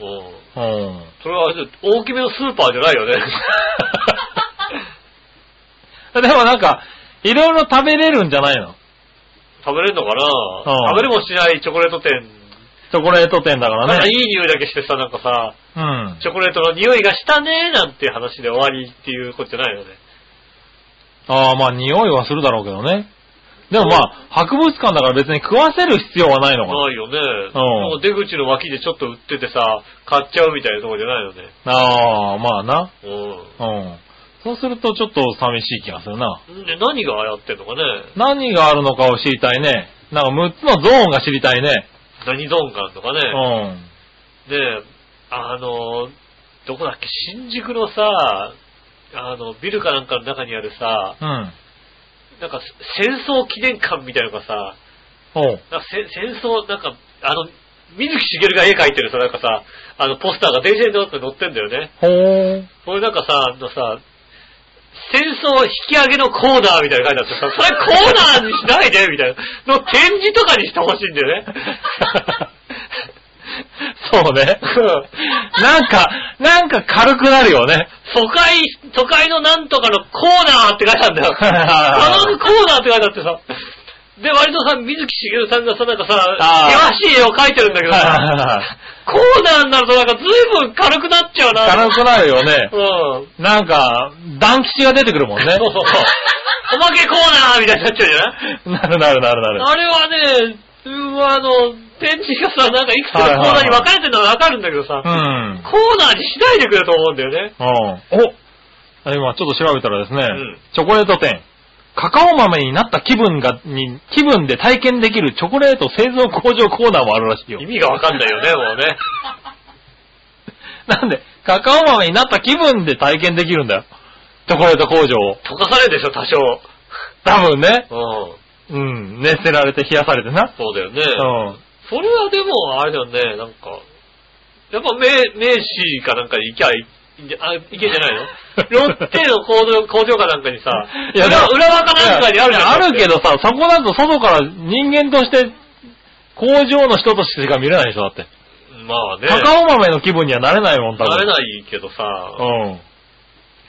うん。うん。それはあれだよ、大きめのスーパーじゃないよね。でもなんか、いろいろ食べれるんじゃないの食べれんのかなうん食べれもしないチョコレート店。チョコレート店だかなんらかいね。い匂いだけしてさ、なんかさ、うん。チョコレートの匂いがしたねなんていう話で終わりっていうことじゃないよね。ああ、まあ匂いはするだろうけどね。でもまあ、博物館だから別に食わせる必要はないのかな。ないよね。なんか出口の脇でちょっと売っててさ、買っちゃうみたいなとこじゃないよね。ああ、まあな。うん。うん。そうするとちょっと寂しい気がするな。で、何がやってんのかね何があるのかを知りたいね。なんか6つのゾーンが知りたいね。何ゾーンかとかねう。ん。で、あの、どこだっけ、新宿のさ、あの、ビルかなんかの中にあるさ、うん。なんか戦争記念館みたいなのがさ、おう。なんかせ戦争、なんか、あの、水木しげるが絵描いてるさ、なんかさ、あの、ポスターが電車に乗って載ってんだよね。ほう。これなんかさ、あのさ、戦争引き上げのコーナーみたいなの書いてあってさ、それコーナーにしないでみたいな。の展示とかにしてほしいんだよね。そうね。なんか、なんか軽くなるよね。都会、都会のなんとかのコーナーって書いてあるんだよ。あのコーナーって書いてあって さ。で、割とさ、水木しげるさんがさ、なんかあさ、険しい絵を描いてるんだけどさ、コーナーになるとなんか随分軽くなっちゃうな。軽くなる よね。うん。なんか、団吉が出てくるもんねそう。そうそう。おまけコーナーみたいになっちゃうじゃないなるなるなるなる。あれはね、うんあの、展示がさ、なんかいくつかのコーナーに分かれてるのは分かるんだけどさ、うん。コーナーにしないでくれと思うんだよね。うん。お今ちょっと調べたらですね、んチョコレート店、カカオ豆になった気分が、に、気分で体験できるチョコレート製造工場コーナーもあるらしいよ意。味が分かんないよね、もうね。 なんで、カカオ豆になった気分で体験できるんだよ。チョコレート工場を。溶かされるでしょ、多少。多分ね、うん。うん、熱せられて冷やされてな。そうだよね。うん。それはでも、あれだよね、なんか、やっぱ名、名刺かなんかに行きゃい、あ、行けじゃ ないのロッテの工場工場かなんかにさ、いや裏でも裏側かなんかにあるじゃん。いやあるけどさ、そこだと外から人間として、工場の人としてしか見れないでしょ、だって。まあね。カカオ豆の気分にはなれないもん、多分。慣れないけどさ、うん。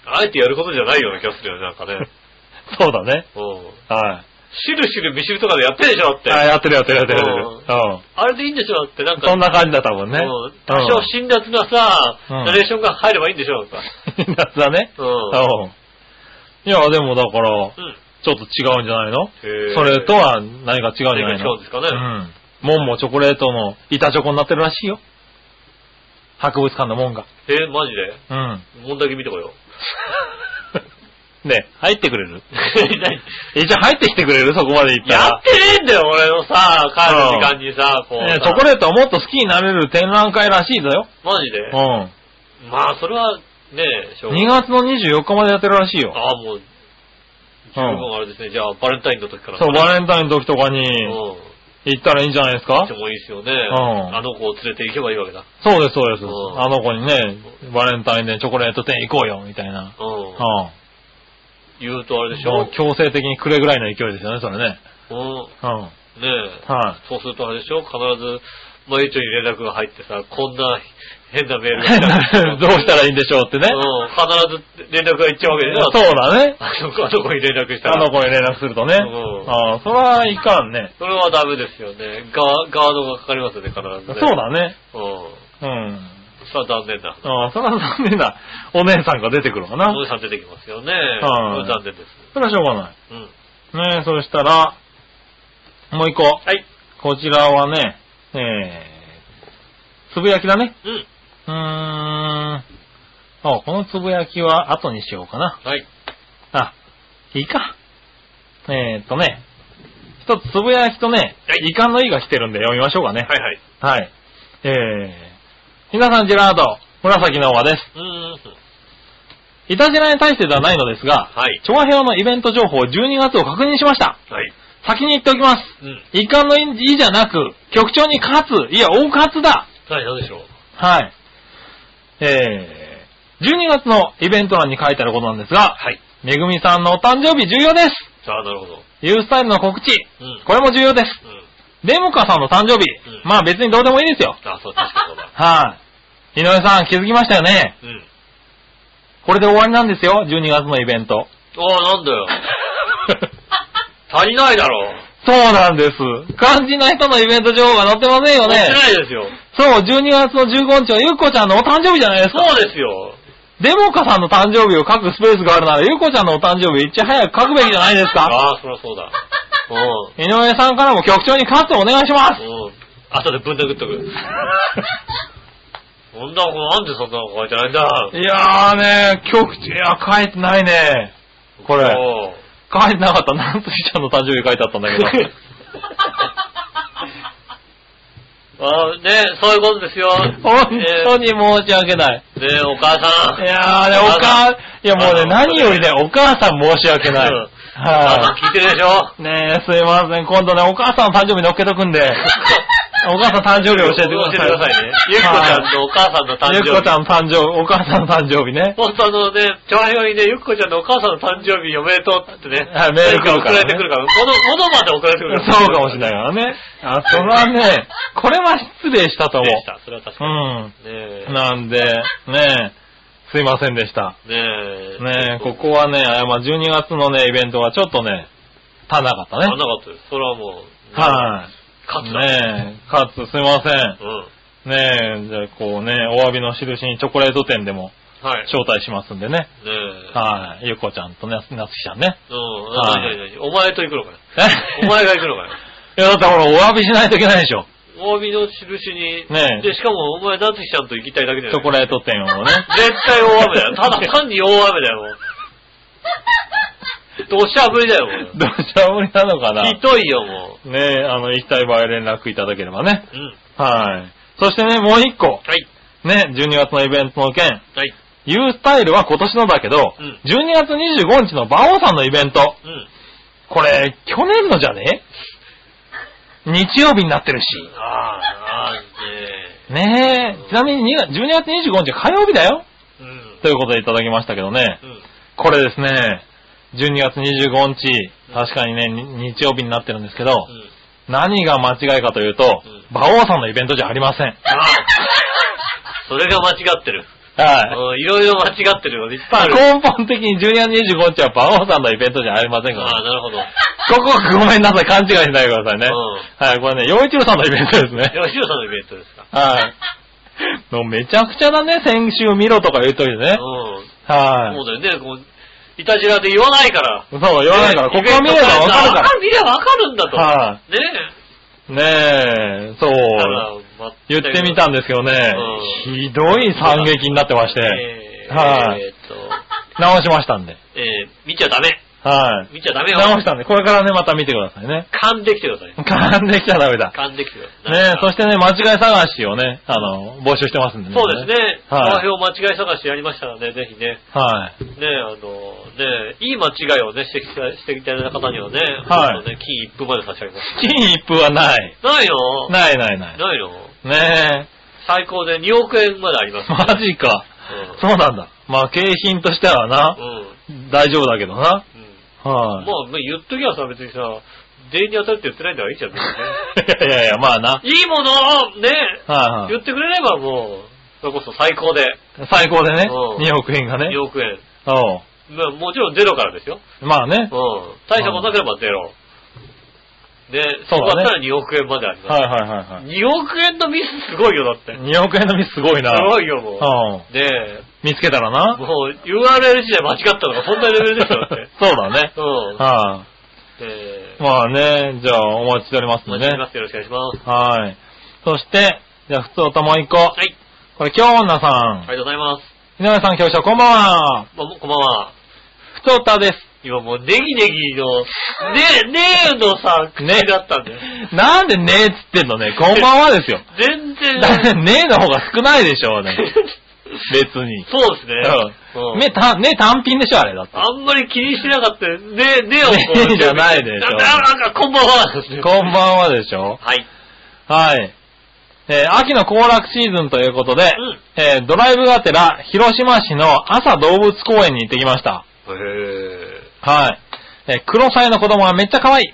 あえてやることじゃないような気がするよね、なん かね。そうだね。うん。はシルシルミシルとかでやってるでしょだっい。て。あ、やってるやってるやってる。うんうん。あれでいいんでしょだって、なんか。そんな感じだ、多分ね。うん多少辛辣なさ、うんナレーションが入ればいいんでしょなんか。うん。 やつだね。う。うんん。いや、でもだから、うん。ちょっと違うんじゃないのへーそれとは何か違うんじゃな何いのか違うんですかねうん。門もチョコレートの板チョコになってるらしいよ。博物館の門が。えー、マジでうん。もんだけ見てこよう。 ね、入ってくれる何え、じゃあ入ってきてくれるそこまで行ったやらっ。てねえんだよ、俺のさ、帰る時間にさ、こうねさ。チョコレートをもっと好きになれる展覧会らしいぞよ。マジでうん。まあ、それは、ねえ、しょうが2月の24日までやってるらしいよ。ああ、もう、十分あれですね。じゃあ、バレンタインの時から。そう、バンレンタインの時とかに、うん。行ったらいいんじゃないですかでもいいですよね。んあの子を連れて行けばいいわけだ。そうです、そうです。うんあの子にね、バレンタインでチョコレート店行こうよ、みたいな。うん。うん。言うとあれでしょもう強制的にくれぐらいの勢いですよね、それね。うん。うん。はねえ。い。そうするとあれでしょ必ず、まあ、ゆうちょに連絡が入ってさ、こんな変なメールが来た どうしたらいいんでしょうってね。うん。必ず連絡がいっちゃうわけでしょそうだね。あの子あの子に連絡したあら。の子に連絡するとね。うんああ、それはいかんね。それはダメですよね。ガガードがかかりますよね、必ずそね。うだね。うん。うん。それは残念だ。ああ、それは残念だ。お姉さんが出てくるかなお。じさん出てきますよね。はい残念です。それはしょうがない。うん。ねえ、そしたら、もう一個。はい。こちらはね、えー、つぶやきだね。うん。うーん。あ、このつぶやきは後にしようかな。はい。あ、いいか。えー、っとね、一つつぶやきとね、はい遺憾の意が来てるんで読みましょうかね。はいはい。はい。えー、ひなさんジェラード、紫の和です。うーん。いたじらに対してではないのですが、はい。調和表のイベント情報12月を確認しました。はい。先に言っておきます。うん。遺憾の意じゃなく、局長に勝つ、いや、大勝だはい、なんでしょう。はい。えー、12月のイベント欄に書いてあることなんですが、はい。めぐみさんのお誕生日重要ですさあ、なるほど。ユースタイルの告知、うんこれも重要です。うん。デモカさんの誕生うん日、まあ別にどうでもいいですよ。あ、そう、確かそうだ。はい、井上さん気づきましたよね。うん。これで終わりなんですよ、12月のイベ ント。ああ、なんだよ。足りないだろ。そうなんです。肝心な人のイベント情報が載ってませんよ足りね。ないですよ。そう、12月の15日はゆっこちゃんのお誕生日じゃないですか。そうですよ。デモカさんの誕生日を書くスペースがあるなら、ゆうこちゃんのお誕生日いち早く書くべきじゃないですかああ、そりゃそうだ。うん。井上さんからも局長に勝つお願いしますうん。後でぶん殴っとく。そんな子なんでそんなの書いてないんだ。いやーね、局長、いや、書いてないね。これ、おう書いてなかった。なんとしちゃん の誕生日書いてあったんだけど。ああ、ねそういうことですよ。本当ねに申し訳ない。ねお母さいん。やーね、お母、いやもうあね、の何よ りね、お母さん申し訳ない。うんお母さんは聞いてるでしょい。ねえ、すいません。今度ね、お母さんの誕生日乗っけとくんで、 お母さん 誕生日教えてください。ね。 ゆっこちゃんのお母さんの誕生ゆっ日。こちゃんの誕生日、お母さんの誕生日ね。本当あのね、長編にね、ゆっこちゃんのお母さんの誕生日おめでとうってね。はいメール来るからね送られてくるから。もの、ものまで送られてくるから。そうかもしれないからね。あ、それは ね、これは失礼したとそう思でした。それは確かに。う。ねえうん。。なんで、ねえ、すいませんでした。ねえ。ねえ、ここはね、あまあ12月のね、イベントはちょっとね、足んなかったあねな。かったです。それはもう、はい。勝つだ。ねえ、かつ、すいませうん。ん。ねえ、じゃあこうね、お詫びの印にチョコレート店でもはい。招待しますんでね。ねえ。はい。ゆっこちゃんとね、なつきちゃんね。うん。はい何何何お前と行くのかよ。えお前が行くのかよ。 いや、だってほら、お詫びしないといけないでしょ。お詫びの印に。ねえで、しかもお前、夏日ちゃんと行きたいだけだよ。チョコレート店を ね。絶対大雨だよ。ただ単に大雨だよ、もう。 土砂降りだよ、もう。どうした無理なのかなひどいよ、もねえ、あの、行きたい場合連絡いただければね。う。うん。はい。そしてね、もう一個。はい。ね、12月のイベントの件。はい。ユースタイルは今年のだけど、うん12月25日の馬王さんのイベント。うん。これ、去年のじゃね日曜日になってるし。ああ、なんで。ねえ、ちなみに2月12月25日火曜日だよ。うん。ということでいただきましたけどね。うん。これですね、12月25日、確かにね、に日曜日になってるんですけど、うん。何が間違いかというと、うん馬王さんのイベントじゃありません。 ああ。それが間違ってる。はうい。んいろいろ間違ってるよ。いっぱいある。根本的に12月25日は馬王さんのイベントじゃありませんかああ、ら。なるほど。ここはごめんなさい、勘違いしないでくださいね。うはい、これね、洋一郎さんのイベントで すね。吉野さんのイベントですか。はい。もうめちゃくちゃだね、先週見ろとか言うといてね。うん。はそい。うだよね、こう、いたじらで言わないから。そう、言わないから、ここは見ればわかるかあ見ればわかるんだと。はねら。ねえ、そえ。う。言ってみたんでですけどね、うひどい惨劇になってまして、えー、はいえーっと、直しましたんで。えー、見ちゃダメ。はい、はい。見ちゃダメよ。直したんで、これからね、また見てくださいね。噛んできてください。噛んできちゃダメだ。噛んできてください。ねなんかそしてね、間違い探しをね、あの、募集してますんでね。そうですね。はい投票間違い探しやりましたらね、ぜひね、はい。ね、あの、ね、いい間違いをね、してきたしてきたような方にはね、はいあのね、金一分まで差し上げます。金一封はない。ないのないないない。ないのね最高で2億円までありまえ。す、 マジか。うんそうなんだ。まあ、景品としてはうな、ん。大丈夫だけどな。うん。まはい。 あ、言っときゃさ、別にさ、全員に当たるって言ってないんだからいいじゃん、別にね いやいやいや、まあな。いいものをね、はいは言ってくれればもう、それこそ最高でい。最高でね、うん2億円がね2。億円。おまあもちろんゼロからですよ。うまあね。うん。大したことなければゼロ。ね、そうだだねったら2億円まであります。はいはいはいはい。 2億円のミスすごいよ、だって。す2億円のミスすごいな。ごいよ、もう。うん。ねえ、見つけたらな。もう URL 自体間違ったのがそんなレベルですよ、だって。 そうだね。うん。はえい。まあね、じゃあお待ちしておりますおんで待ちしており。ます。ねよろしくお願いします。はい。そして、じゃあ、普通おたもう一個。はい。これ、京女さありん。がとうございます。井上さん、教授、こんばんは。まあもこんばんは。普通おたです。今もうネギネギの、ね、ねえのさ、ね口だったんだよ。なんでねえっつってんのね、こんばんはですよ。全然。だってねえの方が少ないでしょうね。別に。そうですね。うん。うねえ、た、ねえ単品でしょ、あれだって。あんまり気にしてなかったよね、ねをこう。ねえじゃないでしょなんか、あなんかこんばんは。こんばんはでしょはい。はい。えー秋の行楽シーズンということで、うんえードライブがてら、広島市の朝動物公園に行ってきました。へぇはい。えー、黒サイの子供はめっちゃ可愛い。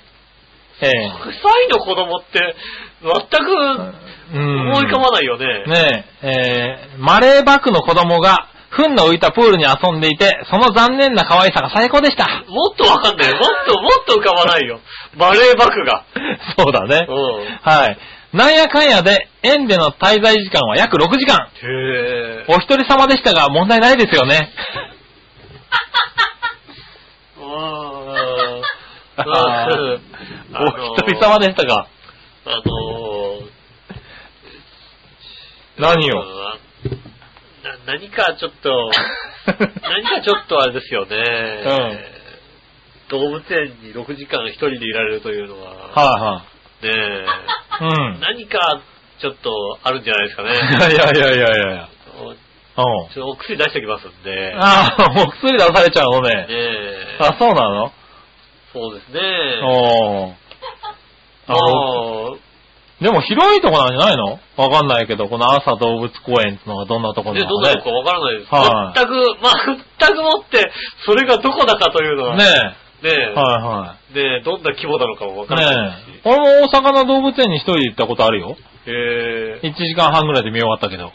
臭えいの子供って、全くー、うん。思い浮かばないよね。ねえ、えー、マレーバクの子供が、糞の浮いたプールに遊んでいて、その残念な可愛さが最高でした。もっとわかんないよ。もっと、もっと浮かばないよ。バレーバクが。 そうだねう。ん。はい。なんやかんやで、園での滞在時間は約6時間。へぇお一人様でしたが問題ないですよね。ー。あー おうんあの一人様でしたが。あのー、何うを。んな何かちょっと、何かちょっとあれですよね。動物園に6時間一人でいられるというのは、 はねえいはい。うん。何かちょっとあるんじゃないですかいね。や いやいやいやいやいや。おうん。ちょお薬出しておきますんで。ああ、もう薬出されちゃうのねね。えあ、そうなのそうですね。おーまああでも広いとこなんじゃないのわかんないけど、この朝動物公園ってのがどんなとこね、などのんなかのかわからないです。はい全く、まあ、全くもって、それがどこだかというのは、ねねねえ、え。はねえどんな規模なのかもわいかはらないい。しねえ。。俺も大阪の動物園に一人で行ったことあるよ。ええ1時間半ぐらいで見終わったけど。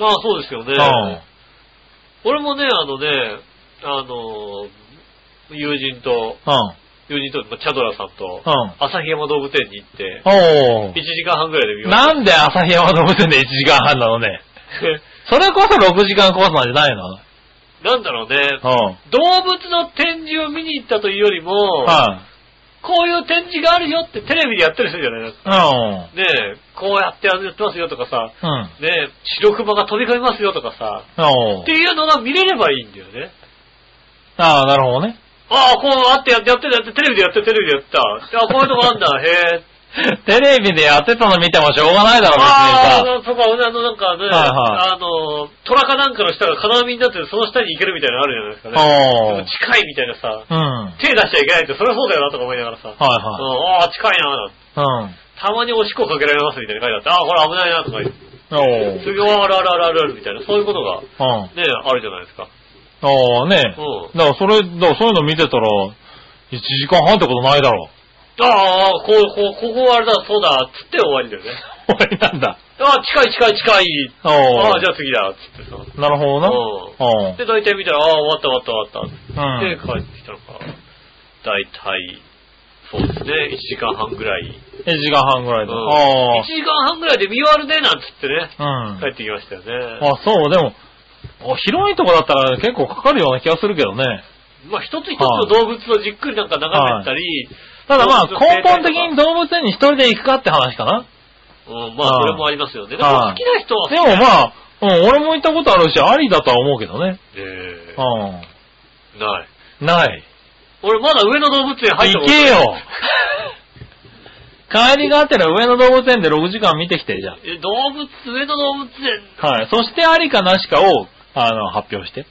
まあそうですようねん。。は俺もね、あのね、あの、友人と、うん。友人と、まあチャドラさんと、うん旭山動物園に行って、お1時間半ぐらいで見ー。ました。なんで旭山動物園で1時間半なのね。それこそ6時間コースなんじゃないの なんだろうね、うん。動物の展示を見に行ったというよりも、はこういう展示があるよってテレビでやってる人じゃないですか。い。うん。ねえ、こうやってやってますよとかさ、うん。ねえ、白熊が飛び込みますよとかさ、おっーて。いうのが見れればいいんだよね。ああ、なるほどね。ああ、こうあってやってやってやって、テレビでやってテレビでやった。あこういうとこあんだ、へえ。テレビでやってたの見てもしょうがないだろ、別あにさ。あ、そこは、あの、なんかね、はいはいあの、トラかなんかの下が金網になっててその下に行けるみたいなのあるじゃないですかね。でおーも。近いみたいなさ、うん。はい手出しちゃいけないって、それそうだよなとか思いながらさ、うはんああ、近いな、なんてい。うん。たまにおしっこかけられますみたいな書いてあって、ああ、これ危ないなとか言って。おー。次はあるあるあるあるあるみたいな、そういうことが、ね、うん。あるじゃないですか。ああ、ねうだからそれ、だからそういうの見てたら、1時間半ってことないだろああ、こう、こう、ここはあれだ、そうだ、つって終わりだよね。う。終わりなんだ。ああ、近い近い近い。おあああ、じゃあ次だ、つってさ。なるほどな。で、大体見たら、ああ、終わった終わった終わった。うんで、帰ってきたのか。大体、そうですね、1時間半ぐらい。うん。1時間半ぐらういんだ。 1時間半ぐらいで見終わるね、なんつってね、ああ。うん。帰ってきましたよね。あ、そう、でも、お広いとこだったら結構かかるような気がするけどね。まあ、一つ一つの動物をじっくりなんか眺めたり、ただまあ、動物生態根とか本的に動物園に一人で行くかって話かな。うん、まあ、それもありますよね。でも、好はいきな人は、でもまあ、うん、俺も行ったことあるし、ありだとは思うけどね。えうーない。ん。ない。俺まだ上野動物園入った行ことないけよ帰りがあってら上野動物園で6時間見てきて、じゃあ。 え動物、上野動物園。はい。そしてありかなしかを、あの、発表して。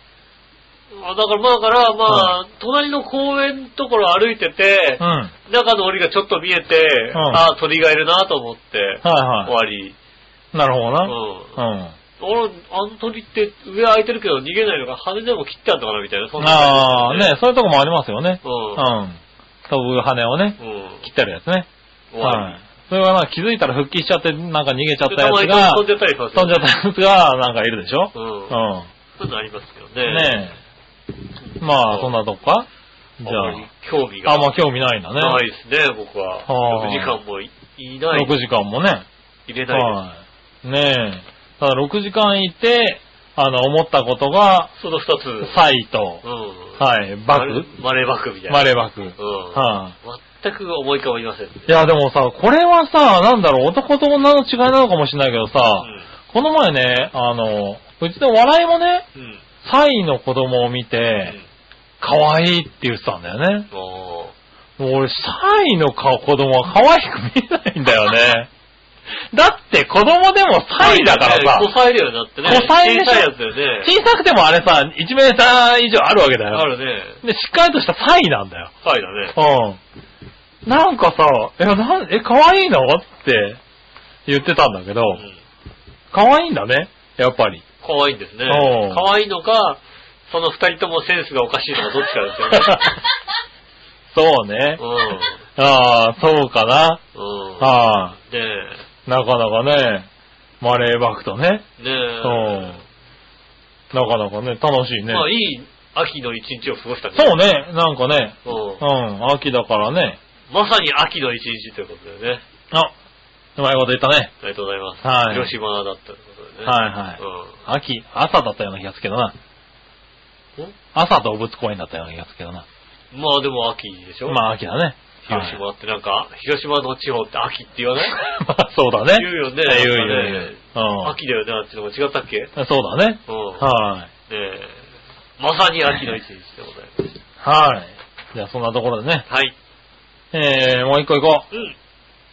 あだから、まあ、だから、まあ、隣の公園のところ歩いてて、うん。はい中の檻がちょっと見えて、うんああ、鳥がいるなと思って、終はわり。い。なるほどうな。ん。うん。俺、あの鳥って上開いてるけど逃げないのか、羽でも切ったんだからみたいな、そんなああ、感じね、そういうとこもありますよね。うんだよね。ん。飛ぶ羽をね、うん。うん。切ってあるやつね。終わはりい。。それはなんか気づいたら復帰しちゃって、なんか逃げちゃったでたやまつにが、飛んじゃったりします飛んじゃったり。やつが、なんかいるでしょう。うんん。そういうのありますけどね。ねえ。まあ、そんなとこかあじんゃまり興味が。あ、あんま興味ないんだね。ないですね、僕は。はあ6時間もいいない。 6時間もね。入れないではい。ねえ。ただ6時間いて、あの、思ったことが、す。その2つ。サイとう、ん。はい、ババククマレーバクみたいな。マレーバク。うん。は全く思い浮かばりませんね。い。いや、でもさ、これはさ、なんだろう、男と女の違いなのかもしれないけどうさ、ん。この前ね、あの、うちの笑いもね、うん。サイの子供を見うてん、可愛いって言ってたんだよね。おーもう俺、サイの顔子供は可愛く見えないんだよね。 だって子供でもサイだからさ、コサイだよね、だってね。コサイでし小ょさいやつだよね。小さくてもあれさ、1メーター以上あるわけだあよ。るね。で、しっかりとしたサイなんだよ。サイだね。うん。なんかさ、え、なん、え、可愛いのって言ってたんだけど、うん可愛いんだね、やっ ぱり。可愛いんですねおう。可愛いのか、その二人ともセンスがおかしいのかどっちかですよね。 そうね。ああ、そうかな。うん。うん。ああ、ねなかなかね、マレーバクとね。え。ねうえ。ん。なかなかね、楽しいね。まあいい秋の一日を過ごしたねそうね、なんかね、うんうん、秋だからね。まさに秋の一日ということでね。あ、うまいこと言ったね。ありがとうございます。はい広島だったということでね。はいはい秋、朝だったような気がするけどな。うん。朝動物公園だったような気がするけどな。んまあでも秋でしょまあ秋だね。広はい 島ってなんか、広島の地方って秋って言わないまあそうだね。言うよね。言うよなんか言うねよ。秋だよね、あっちの方違ったっけうん。そうだね。うん。はい。ねえ。まさに秋の一日でございます。はい。じゃあそんなところでね。はい。えー、もう一個行こう。うん。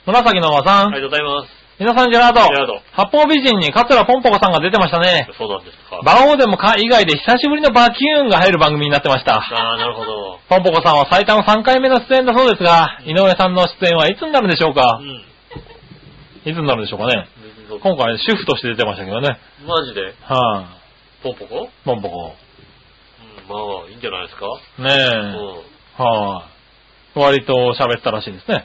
紫の馬あさん。りがとうございます。皆さんジェラード。ジェラード八方美人に桂ポンポコさんが出てましたね。そうなんですか。馬王でもか以外で久しぶりのバキューンが入る番組になってました。ああ、なるほど。ポンポコさんは最短3回目の出演だそうですが、井上さんの出演はいつになるんでしょううかん。いつになるんでしょうかね今回主婦として出てましたけどね。マジではい、ポンポコポンポうコ。ん、まあ、いいんじゃないですか。うねえ。ん。はい、割と喋ったらしいですね。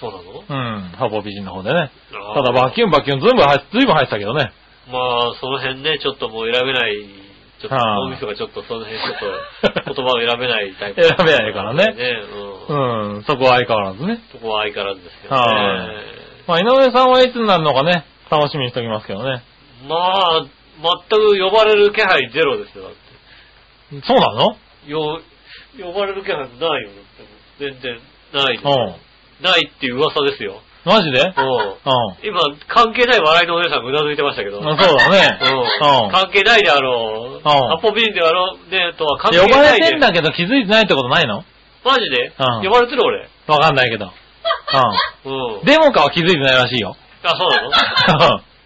そうなのうん。ハボ美人の方でね。あーただバキュンバキュンずいぶん入って、ずいぶん入ってたけどね。まあ、その辺ね、ちょっともう選べない、ちょっと、はあ脳みそがちょっとその辺ちょっと、言葉を選べないタイプ。 選べないからねね、ううん。ん。そこは相変わらずね。そこは相変わらずですけどはね。まあ井上さんはいつになるのかね、楽しみにしておきますけどね。まあ、全く呼ばれる気配ゼロですよ、だってそうなのよ、呼ばれる気配ないよ。だって全然、ないですうん。ないっていう噂ですよ。マジでうん。うん。今、関係ない笑いのお姉さんがうなずいてましたけ ど。まあそうだね。うんうん。関係ないであろう。アポビンであろう。ねとは関係呼ばなれいてで。んだけど気づいてないってことないのマジで、うん呼ばれてる俺。わかんないけど。う。うんん。デモかは気づいてないらしいよ。 あ、そうなの呼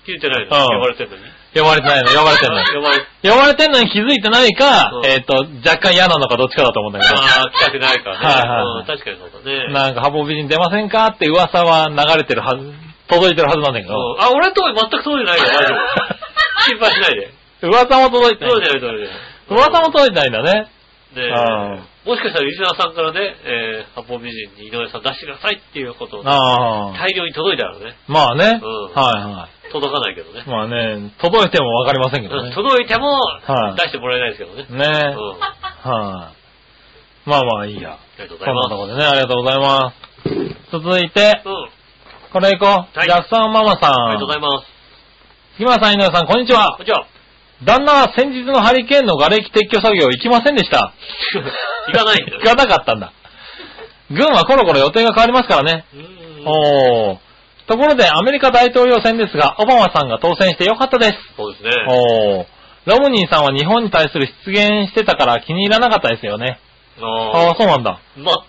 聞いてないの、う呼んばれてるのに。ばれてないの、呼ばれてない呼ばれ、呼ばれてんのに気づいてないかう、んえっと、若干嫌なのかどっちかだと思うんだけど。ああ、来たくないからね。はいはいはいうん確かにそうだね。なんか、ハボ美人出ませんかって噂は流れてるはず、届いてるはずなんだけうど。んあ、俺のとこに全く届いて ないから大丈夫。心配しないで。噂も届いてな届いい。てない、届いてない。噂も届いてないんだね。ねもしかしたらリスナーさんからね、えー、八方美人に井上さん出してくださいっていうことをねああ。大量に届いたらね、まあね。はいうんは届かないけどねい。。まあね、届いてもわかりませんけどうんね。届いてもはい出してもらえないですけどね。ねうん。え。はい。あまあまあいいや。りがとうござそんいなまとこでね、ありがとうございます。続いてす。、うん。これいこう。はいジャクソンママさん。ありがとうございます。木村さん、井上さん、こんにちは。じゃあ、旦那は先日のハリケーンの瓦礫撤去作業行きませんでした。行かないんだよ行かなかったんだ。軍はコロコロ予定が変わりますからね。うーんおー。ところで、アメリカ大統領選ですが、オバマさんが当選してよかったです。そうですね。おー。ロムニーさんは日本に対する失言してたから気に入らなかったですよね。あああ、そうなんだ。あ。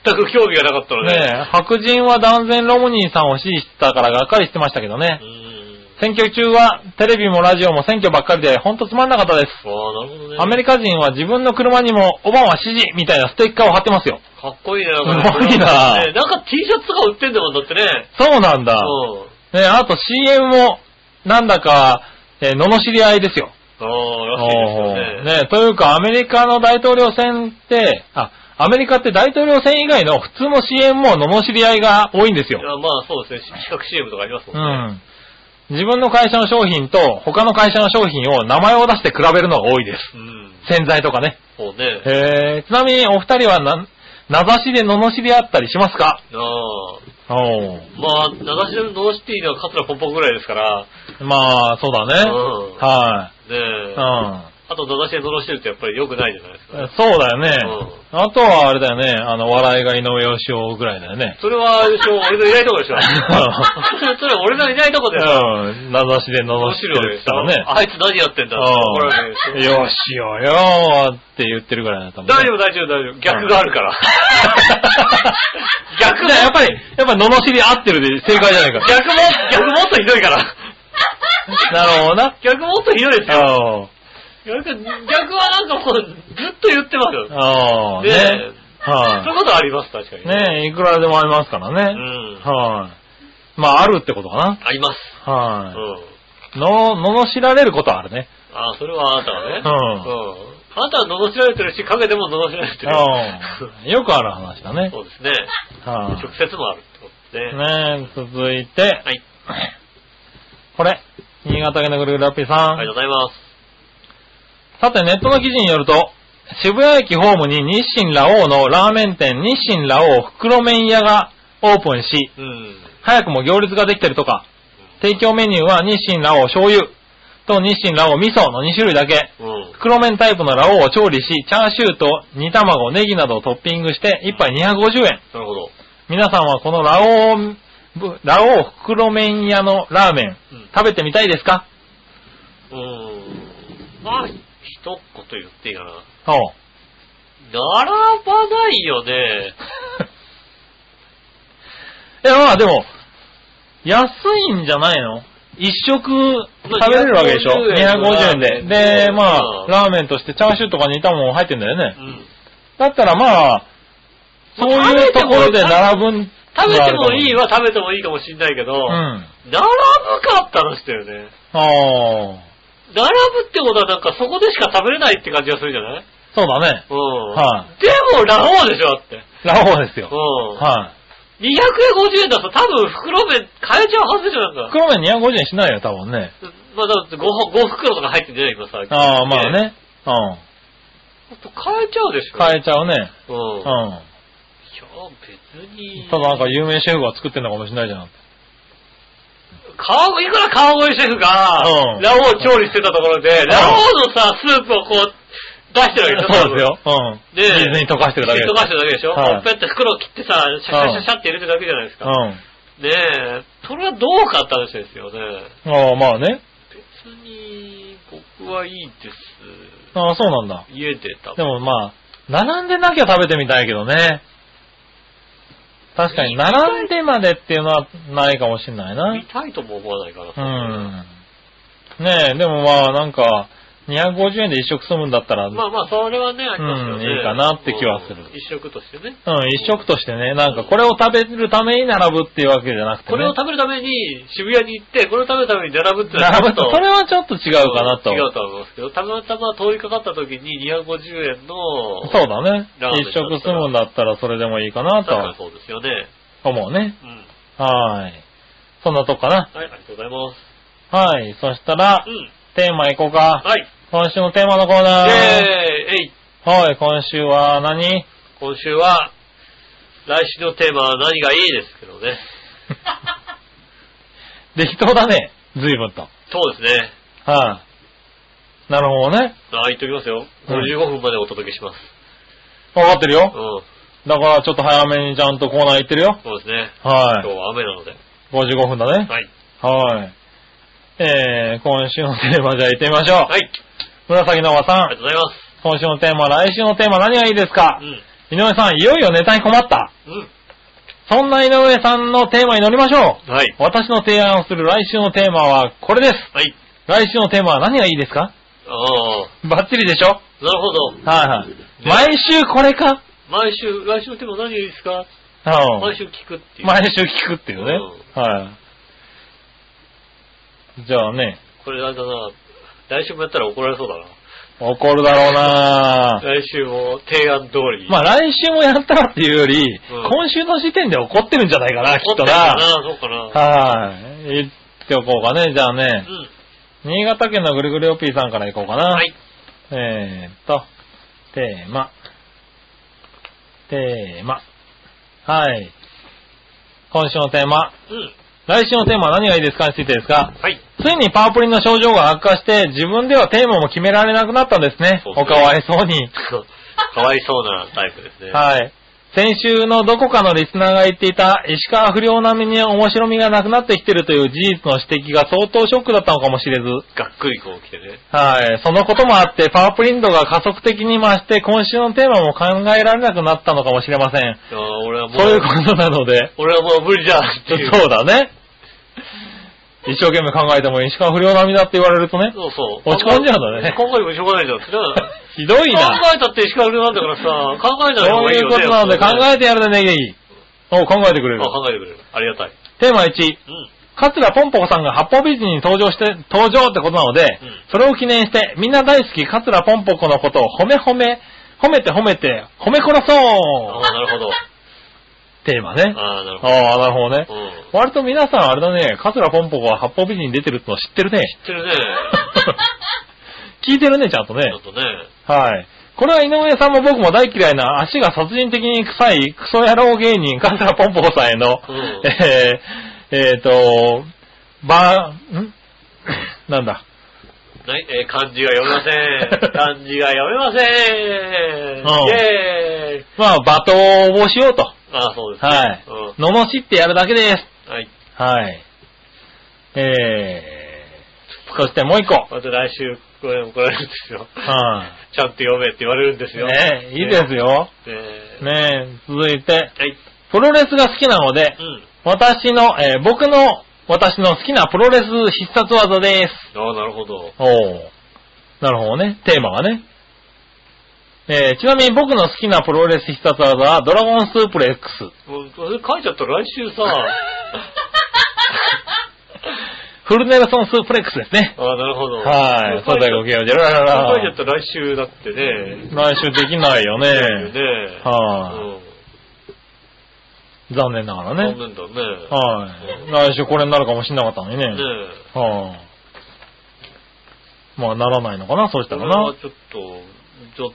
全く興味がなかったのねね。え、白人は断然ロムニーさんを支持したからがっかりしてましたけどねう。ん。選挙中はテレビもラジオも選挙ばっかりでほんとつまんなかったです。ああ、なるほどね。アメリカ人は自分の車にもオバマ支持みたいなステッカーを貼ってますよ。かっこいいね、なんすかごいなねなんか T シャツとか売ってんだもんだってね。そうなんだ。うん。ね、あと CM も、なんだか、えー、罵り合いですよ。ああ、らしいですよね。ねというか、アメリカの大統領選って、あ、アメリカって大統領選以外の普通の CM も罵り合いが多いんですいよ。やまあそうですね、企画 CM とかありますもんうね。ん。自分の会社の商品と他の会社の商品を名前を出して比べるのが多いです。うん。洗剤とかね。そうね。えー、ちなみにお二人はな、名指しで罵り合ったりしますかああ。おうまあ、名指しのノーシティのカツラポンポンぐらいですから。まあ、そうだうん。ね。はねい。え。うあん。と名指しで罵してるってやっぱり良くないじゃないですか。そうだよね。あとはあれだよね、あの、笑いが井上義雄ぐらいだよね。それは、あれでしょ、俺のいないとこでしょ。 それ俺のいないとこうでさ、ん、名指しで罵ってるって言ったらね。あいつ何やってんだって怒られるうん。でしょよしよよーって言ってるぐらいだったもんね。大丈夫大丈夫大丈夫。逆がある から。逆だ、やっぱり、やっぱ、罵り合ってるで正解じゃないか。逆も、逆もっとひどいから。なるほどな。逆もっとひどいですよ。あ逆逆はなんかもう、ずっと言ってますよ。あ、ああ、ねね。そういうはことあります、確かに。い。ねえ、いくらでもありますからうね。ん。はい。まあ、あるってことかな。あります。うはん。い。の、罵られることはあ るね。あーそれはあなたはね。ううん。あなたは罵られてるし、陰でも罵られてる。うん。よくある話だね。そうですね。はい。直接もあるってことですね。ねえ、続いて、はい。これ。新潟県のぐるぐるラッピーさあん。りがとうございます。さて、ネットの記事によると、渋谷駅ホームに日清ラオウのラーメン店日清ラオウ袋麺屋がオープンし、うん。早くも行列ができてるとか、提供メニューは日清ラオウ醤油と日清ラオウ味噌の2種類だけ。うん。袋麺タイプのラオウを調理し、チャーシューと煮卵、ネギなどをトッピングして1杯250円。なるほど。皆さんはこのラオウ、ぶラオウ袋麺屋のラーメンうん、食べてみたいですかうん。まあ、一言言っていいかな。お う。並ばないよね。いや、まあでも、安いんじゃないの一食食べれるわけでしょ250円 ?250 円で。で、まあう、んラーメンとしてチャーシューとか煮たもん入ってんだようね。ん。だったらまあ、そういうところで並ぶん食べてもいいは食べてもいいかもしんないけど、うん。並ぶかって話だよね。ああ、並ぶってことはなんかそこでしか食べれないって感じがするじゃないそうだね。うん。はでも、ラオウでしょ、だって。ラオウですうんよ。。は。250円だと多分袋麺買えちゃうはずでしょ、ないんか。袋麺250円しないよ、多分ね。まあだって 5, 5袋とか入ってんじゃない今さ。ああ、まあ。ね。うん。買えちゃうでしょ。変ええちゃうね。うん。ういん。や、別に。ただなんか有名シェフが作ってんのかもしれないじゃん。川いくら川越シェフがう、んラオウを調理してたところで、んラオウのさ、スープをこう、出してるわけでしょそうです。よ。うん。で、水に溶かしてるだけ水に溶かしてるだけでしょ、はいペッて袋を切ってさ、シャシャシャシャって入れてるだけじゃないですうか。ん。ねえ、それはどうかって話ですよね。ああ、まあね。別に、僕はいいです。ああ、そうなんだ。家で食べでもまあ、並んでなきゃ食べてみたいけどね。確かに、並んでまでっていうのはないかもしんない見たいとも思わないからさ。な。うん。ねえ、でもまあ、なんか、250円で一食済むんだったら、まあまあ、それはね、ありますよね。うんいいかなって気はするうん一食としてね。うん、一食としてね、なんかこれを食べるために並ぶっていうわけじゃなくてね。これを食べるために渋谷に行って、これを食べるために並ぶってのは並ぶと、それははちょっと違うかなと。違うとは思いますけど、たまたま通りかかった時に250円の、そうだねラーメン。一食済むんだったらそれでもいいか確なかにとそうですよね。思うね。うん。はい、はーい。そんなとこかな。ありがとうございます。はい。そしたらう、ん。テーマいこうか。はい。今週のテーマのコーナえー。ー、えい。はい、今週は何今週は、来週のテーマは何がいいですけどね。適当だね。随分と。はい、そうですね。なるほどね。あ、言っときますよ。55分までお届けします。わかってるうよ。ん。だからちょっと早めにちゃんとコーナー行ってるよ。そうですね。今日はは雨なので。い。55分だね。はい。はい。えー、今週のテーマじゃあ行ってみましょう。はい。紫の和さありがん、とうございます。今週のテーマ、来週のテーマ何がいいですかうん。井上さん、いよいよネタに困った。うそんな井上さんのテーマに乗りましょ。。ん。はいう私の提案をする来週のテーマはこれです。はい。来週のテーマは何がいいですかああ、バッチリでしょなるほど。はいはい。毎週これか毎週、来週のテーマ何がいいですかうん毎週聞くっていう。毎週聞くっていうね。はい。じゃあね、これあれだな、来週もやったら怒られそうだな。怒るだろうなぁ来週も提案通り。まあ来週もやったらっていうより、ん今週の時点で怒ってるんじゃないかな、き怒っってとるかな。な、そうかな。はい。言っておこうかね、じゃあね。うん。新潟県のぐるぐるおぴーさんからいこうかな。はい。えーっと、テーマ。テーマ。はい。今週のテーマ。うん。来週のテーマは何がいいですかについてですが、はい。 ついにパワープリンの症状が悪化して、自分ではテーマも決められなくなったんですね。そうですねおかわいそうに。かわいそうなタイプですね。はい。先週のどこかのリスナーが言っていた、石川不良並みに面白みがなくなってきてるという事実の指摘が相当ショックだったのかもしれず、がっくりこう来てね。はい。そのこともあって、パワープリントが加速的に増して、今週のテーマも考えられなくなったのかもしれません。ああ、俺はもう、そういうことなので、俺はもう無理だっていう。そうだね。一生懸命考えても石川不良並みだって言われるとね、そうそう。落ち込んじゃうんだね考えてもしょうがないじゃん。だからひど いな。考えたって石川遼なんだからさ、考えたらそういうことなので考えてやるでねぎねぎ。お考えてくれるあ。考えてくれる。ありがたい。テーマ1、うん。桂ぽんぽこさんが八方美人に登場して、登場ってことなので、んそれを記念して、みんな大好き桂ぽんぽこのことを褒め褒め、褒めて褒めて、褒め殺あそうあ、なるほ ど。テーマね。ああ、なるほど。ああ、なるほどねう。ん。割と皆さんあれだね、桂ぽんぽこは八方美人に出てるってのは知ってる ね。知って るね。聞いてるね、ちゃんとねちょ。っとね。はい。これは井上さんも僕も大嫌いな足が殺人的に臭いクソ野郎芸人、カズラポンポコさんへの、うんえー、えーと、ば、ん なんだ。ない、えー漢字が読めませ ん。漢字が読めません。うんイェーイ。まあ、罵倒をしようと。ああ、そうですね。はいうん。罵ってやるだけです。はい。はい。えー、そしてもう一個。また来週、これ怒られるんですよ。はちゃんと読めって言われるんですい。よ。ねいいですよ。ねえね続いて、はい。プロレスが好きなのでう、ん。私の、えー僕の、私の好きなプロレス必殺技です。ああ、なるほど。おお。なるほどね。テーマがね。えーちなみに僕の好きなプロレス必殺技は、ドラゴンスープレックス。もう、それ書いちゃったら来週 さ、フルネルソンスープレックスですね。ああ、なるほど。はい。書そういちだゃよ、ごきげんようじゃららら書いちゃったら来週だってね。来週できないよね。ねはうん残念ながら残ね。念だね。はい。来週これになるかもしれなかったのにね。ねえ。はい。まあ、ならないのかな、そうしたこれらはな。ちょっと、ちょっ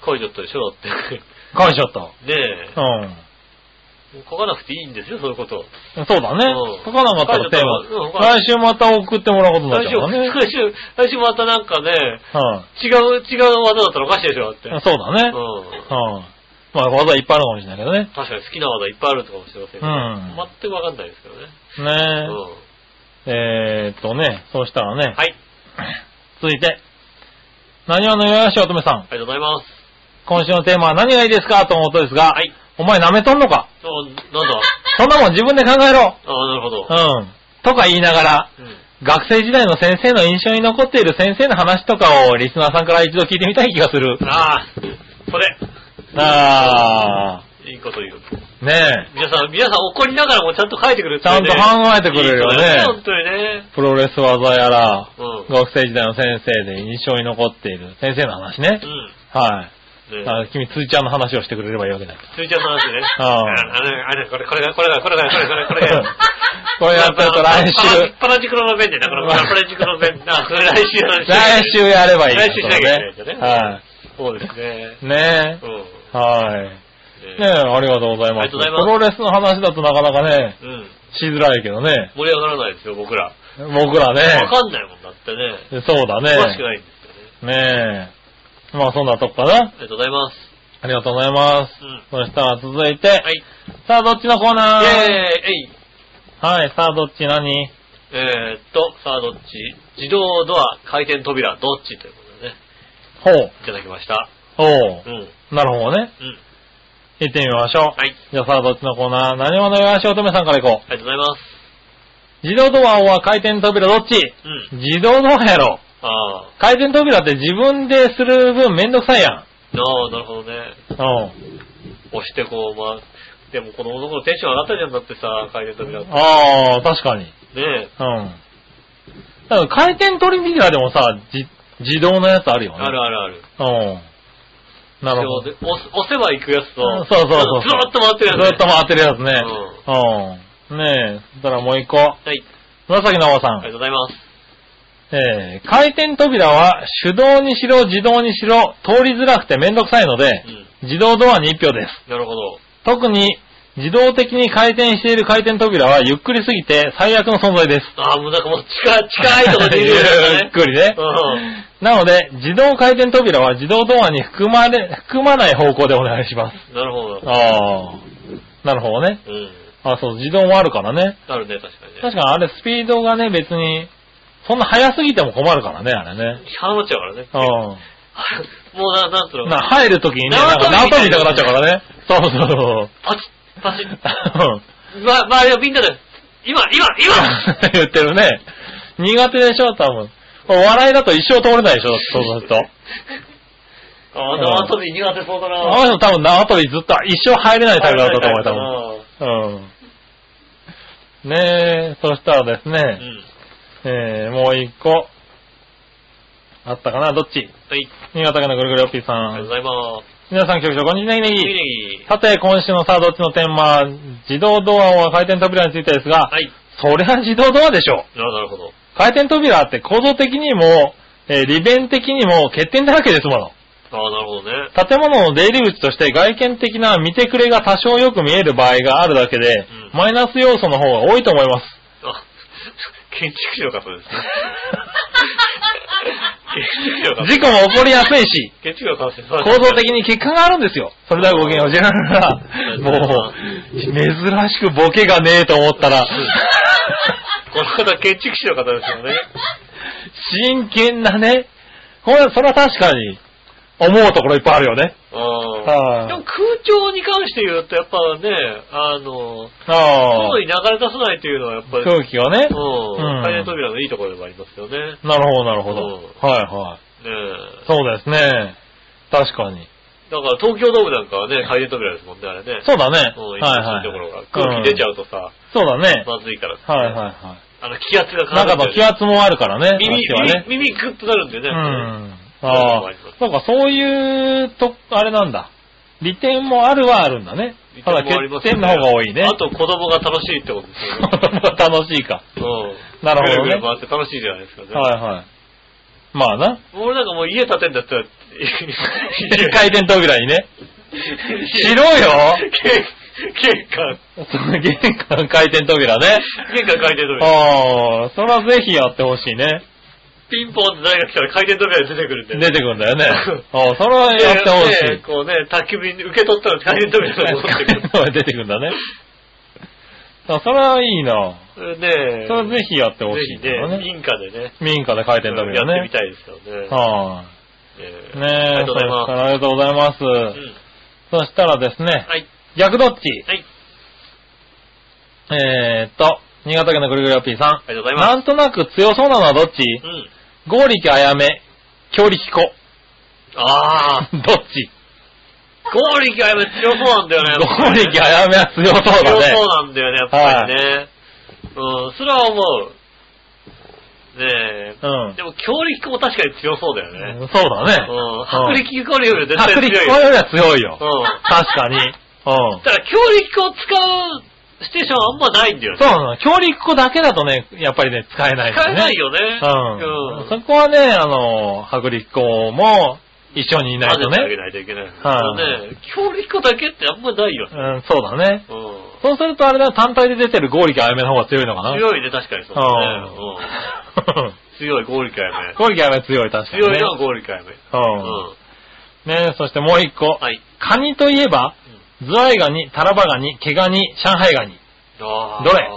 と、書いちゃったでしょだって。返しちゃった。ねうん。え。書かなくていいんですよ、そういうこと。そうだねうん。書かなかったらテ書ーいちゃったマ。らうん来週また送ってもらうことになっ来ち週、ゃうからね。来週、来週またなんかね、は違う、違う技だったらおかしいでしょだって。い。そうだねう。ん。はい。まあ、技いっぱいあるかもしれないけどね。確かに好きな技いっぱいあるのかもしれませんけど、うん全くわかんないですけどね。ねうんえ。えーっとね、そうしたらね。はい。続いて。何話のよやしおとめさん。ありがとうございます。今週のテーマは何がいいですかと思うとですが、はい。お前舐めとんのかあ、なんだそんなもん自分で考えろああ、なるほど。うん。とか言いながら、うん。学生時代の先生の印象に残っている先生の話とかをリスナーさんから一度聞いてみたい気がする。ああ、それ。あいいこと言う。ー。ね皆さん、皆さん怒りながらもちゃんと書いてくれえ。ちゃんと考えてくれるよいい人だね本。当にね。プロレス技やら、うん。学生時代の先生で印象に残っている先生の話ね。うん。はい。ねあ君、ついちゃんの話をしてくれればいいわけだ。ついちゃんの話ね。うんああれ、あれ、これ、これが、これが、これが、これが、これが、これが。これやってると来週、パラジクロの弁で、だから、パラジクロの 弁、あ、それ来週の話来週やればいい。来週しなきゃいけないんだねはそうですね。い。ねうえ。はい。ん。ねえ、ありがとうございあます。りがとうごプざいますロレスの話だとなかなかね、うん。しづらいけどね。盛り上がらないですよ、僕ら。僕らわね。かんないもんだってね。そうだ詳しくね。ないんですよね。ねえ。まあそんなとこかなあ。りがとうございます。ありがとうございます。うん。そしたら続いて、はい。さあどっちのコーナーイェーイえいはい、さあどっち何えーっと、さあどっち自動ドア、回転扉、どっちということでね、ほう。いただきました。ほうん。う。なるほどね。うん。行ってみましょう。はい。じゃあさあ、どっちのコーナー何者よ、しおとめさんから行こありがとうございます。う。自動ドアは回転扉どっちうん。自動ドアやろ。ああ。回転扉って自分でする分めんどくさいやん。ああ、なるほどね。うん。押してこう、まあ、でもこの男のテンション上がったじゃんだってさ、回転扉って。ねああ、確かに。え。うん。だから回転扉でもさ、じ自動のやつあるよね。あるあるある。うん。なるほど。で押す押せば行くやつと、うんそうそうそうずーっと回ってるやつ、ずっと回ってるやつね。うん。ねえ、そしたらもう一個。はい。紫のおさありがとうごん。ざいます。えー、回転扉は手動にしろ自動にしろ通りづらくてめんどくさいので、うん。自動ドアに1票です。なるほど。特に自動的に回転している回転扉はゆっくりすぎて最悪の存在です。ああ、もうなんかもう近い、近いところでいるよね。 ゆっくりねう。ん。なので、自動回転扉は自動ドアに含まれ、含まない方向でお願いします。なるほど。ああ。なるほどね。うん。あ、そう、自動もあるからね。あるね、確かにね。確かにあれスピードがね、別に、そんな速すぎても困るからね、あれね。鼻っちゃうからね。う もうな、なんつうのん。な、入るときにね、なん縄か跳縄跳びびみみたいたくななっちゃうからね。そうそうそうパチッ、パチッ。そう。うんま、周りはみんなで、今、今、今言ってるね。苦手でしょ、多分。お笑いだと一生通れないでしょ、だって そうすると。ああ、縄跳び苦手そうだな。あの人多分縄跳びずっと一生入れないタイプだったと思う、多分。思うん。ねえ、そしたらですうね、ん。えー、もう一個。あったかなどっちはい。新潟県のぐるぐるおっぴーさありがとうごん。ざいます。皆さん、局長、こんにちは、ネギネネギギネギさて、今週のさあ、どっちのテーマ、自動ドアは回転扉についてですが、はい。そりゃ自動ドアでしょ。ななるほど。回転扉って構造的にも、えー利便的にも欠点だらけですもの。ああ、なるほどね。建物の出入り口として外見的な見てくれが多少よく見える場合があるだけで、んマイナス要素の方が多いと思います。あ、 建築士の方 ですね。建築士の方。事故も起こりやすいし、建築の方ですね構造的に欠陥があるんですよ。それではごきげんよう。じゃらうらんもう、珍しくボケがねえと思ったら、 この方、建築士の方ですよね。真剣なね、これ、それは確かに、思うところいっぱいあるよね。うはん。いでも空調に関して言うと、やっぱね、あの、あ外に流れ出さないというのはやっぱり、空気がねう。ん。うん回転扉のいいところでもありますよね。ねなるほど、なるほど。うんはいはい。えそうですね。確かに。だから東京ドームなんかはね、回転扉ですもんね、あれね。そうだね。うん、はい一は日のところいが。。空気出ちゃうん。うとさ、そうだね。まずいからさ。はいはいはあの、気圧がい。なんかまあ気圧もあるからね。耳、あっちはね。耳、耳グッとなるんでね。うやっん。ああ。そうか、そういうと、あれなんだ。利点もあるはあるんだね。たぱだりね欠点の方が多いね。あと子供が楽しいってことですよね。 楽しいか。うん。 なるほどぐねるぐる回って楽しいじゃないですかね。はいはい。まあな。 俺なんかもう家建てんだったら、回転扉にね。しろよ玄玄関、その玄関回転扉ね。玄関回転扉。ああ、それはぜひやってほしいね。ピンポンって誰が来たら回転扉で出てくるんで。出てくるん だよね。ああ、それはやってほしでで。いこうね、宅急便に受け取ったら回転扉で戻って くる。出てくるんだね。あそれはいいな。それねそれはぜひやってほしぜいんひだよね、ね。民家でね、民家で回転扉やってみね。たいですよね。はえい。ーねえ、ありがとうございそしたまらありがとうございます。す。うんそしたらですね、はい。逆どっちはい。えーっと、新潟県のぐるぐるよっぴーさありがとうございん。まなんとなく強そうなのはどっちす。うん。剛力あやめ、強力子。 ああ、どっちゴーリキはやっぱ強そうなんだよね。剛力あやめは強そう強だね。そうなんだよね、やっぱりね。うん、それは思う。ねえ。うん。でも、強力も確かに強そうだよね。そうだね。うん。う迫ん力ゴリより絶対薄強力い粉よ。よりは強いよ。うん。確かに。うん。ただ、強力を使うステーションはあんまないんだよね。そうなの。強力粉だけだとね、やっぱりね、使えない、ね。使えないよね。うん。うん。そこはね、あの、薄力粉も一緒にいないと混ぜてあげね。ないといけない。はいね、強力だけってあんまないようね。ん、そうだね。うん。そうするとあれだ、単体で出てる合力あやめの方が強いのかな。強いね、確かにそうだね。うん。 うん。強い、ゴールかやめ。合力あやめ強い、確かに、ね。強いのはゴールかやめ。うん。うん。ねそしてもう一個。はい。カニといえば、ズワイガニ、タラバガニ、毛ガニ、上海ガニ。あーどれ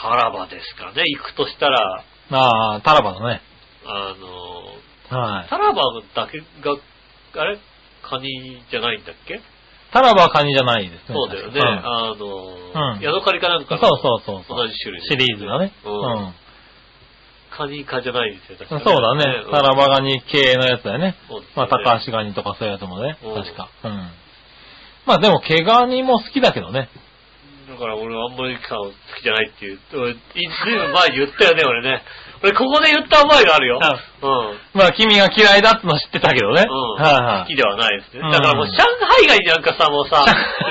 タラバですかね、行くとしたら、ああ、タラバだね。あの、はい。タラバだけが、あれカニじゃないんだっけタラバはカニじゃないですね。そうだよね。確かあの、うんヤドカリかなんうかんのそうそうそうそう。同じ種類シリーズがね。ううんん。カニかじゃないですよ、確そうかだね。タラバガニ系のやつだよね。そうですねまあ、高橋ガニとかそういうやつもね。うん確か。うん。まあ、でも、毛ガニも好きだけどね。だから俺はあんまりか好きじゃないっていう。俺、ずいぶん前に言ったよね、俺ね。俺ここで言った覚えがあるよ。うん。まあ、君が嫌いだっての知ってたけどね。うんはいは好きい。ではないですね。うんだからもう上海外なんかさ、もう さ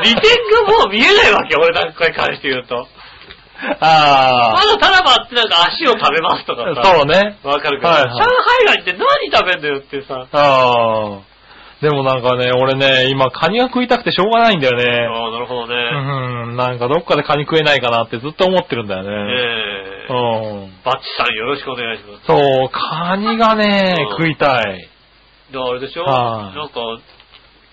上、利点がもう見えないわけよ、俺なんかに関して言うと。まあだタラバってなんか足を食べますとかあ。さ。そうね。わかるけど、はいはい上海外って何食べんだよってさ。ああ。でもなんかね、俺ね、今、カニが食いたくてしょうがないんだよあね。あ、なるほどね。うん、なんかどっかでカニ食えないかなってずっと思ってるんだよね。ええうん。バッチさんよろしくお願いします。そう、カニがね、うん食いたい。で、あれでしょはいなんか、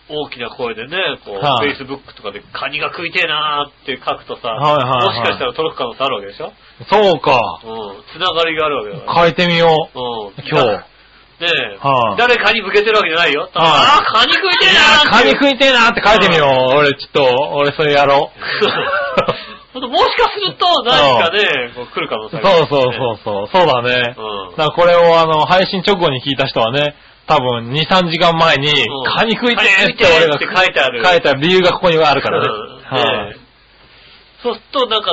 大きな声でね、こう、はい Facebook とかでカニが食いてえなーって書くとさ、はいはいはもいしかしたら届く可能性あるわけでしょそうか。うん。つながりがあるわけだから。変えてみよう。うん。今日。ねえ、はい誰かに向けてるわけじゃないよ。ああ、カニ食いてえなーカニ 食いいてえなって書いてみよう。俺、ちょっと、俺それやろう。ほんともしかすると、何かね、こう来る可能性そうあるよね、そうそうそう。そうだね。うんだからこれをあの、配信直後に聞いた人はね、多分2、3時間前にうん、カニ食いてえって俺がカニ食いてえって書いてある書いてある理由がここにはあるからね。うんねえそうすると、なんか、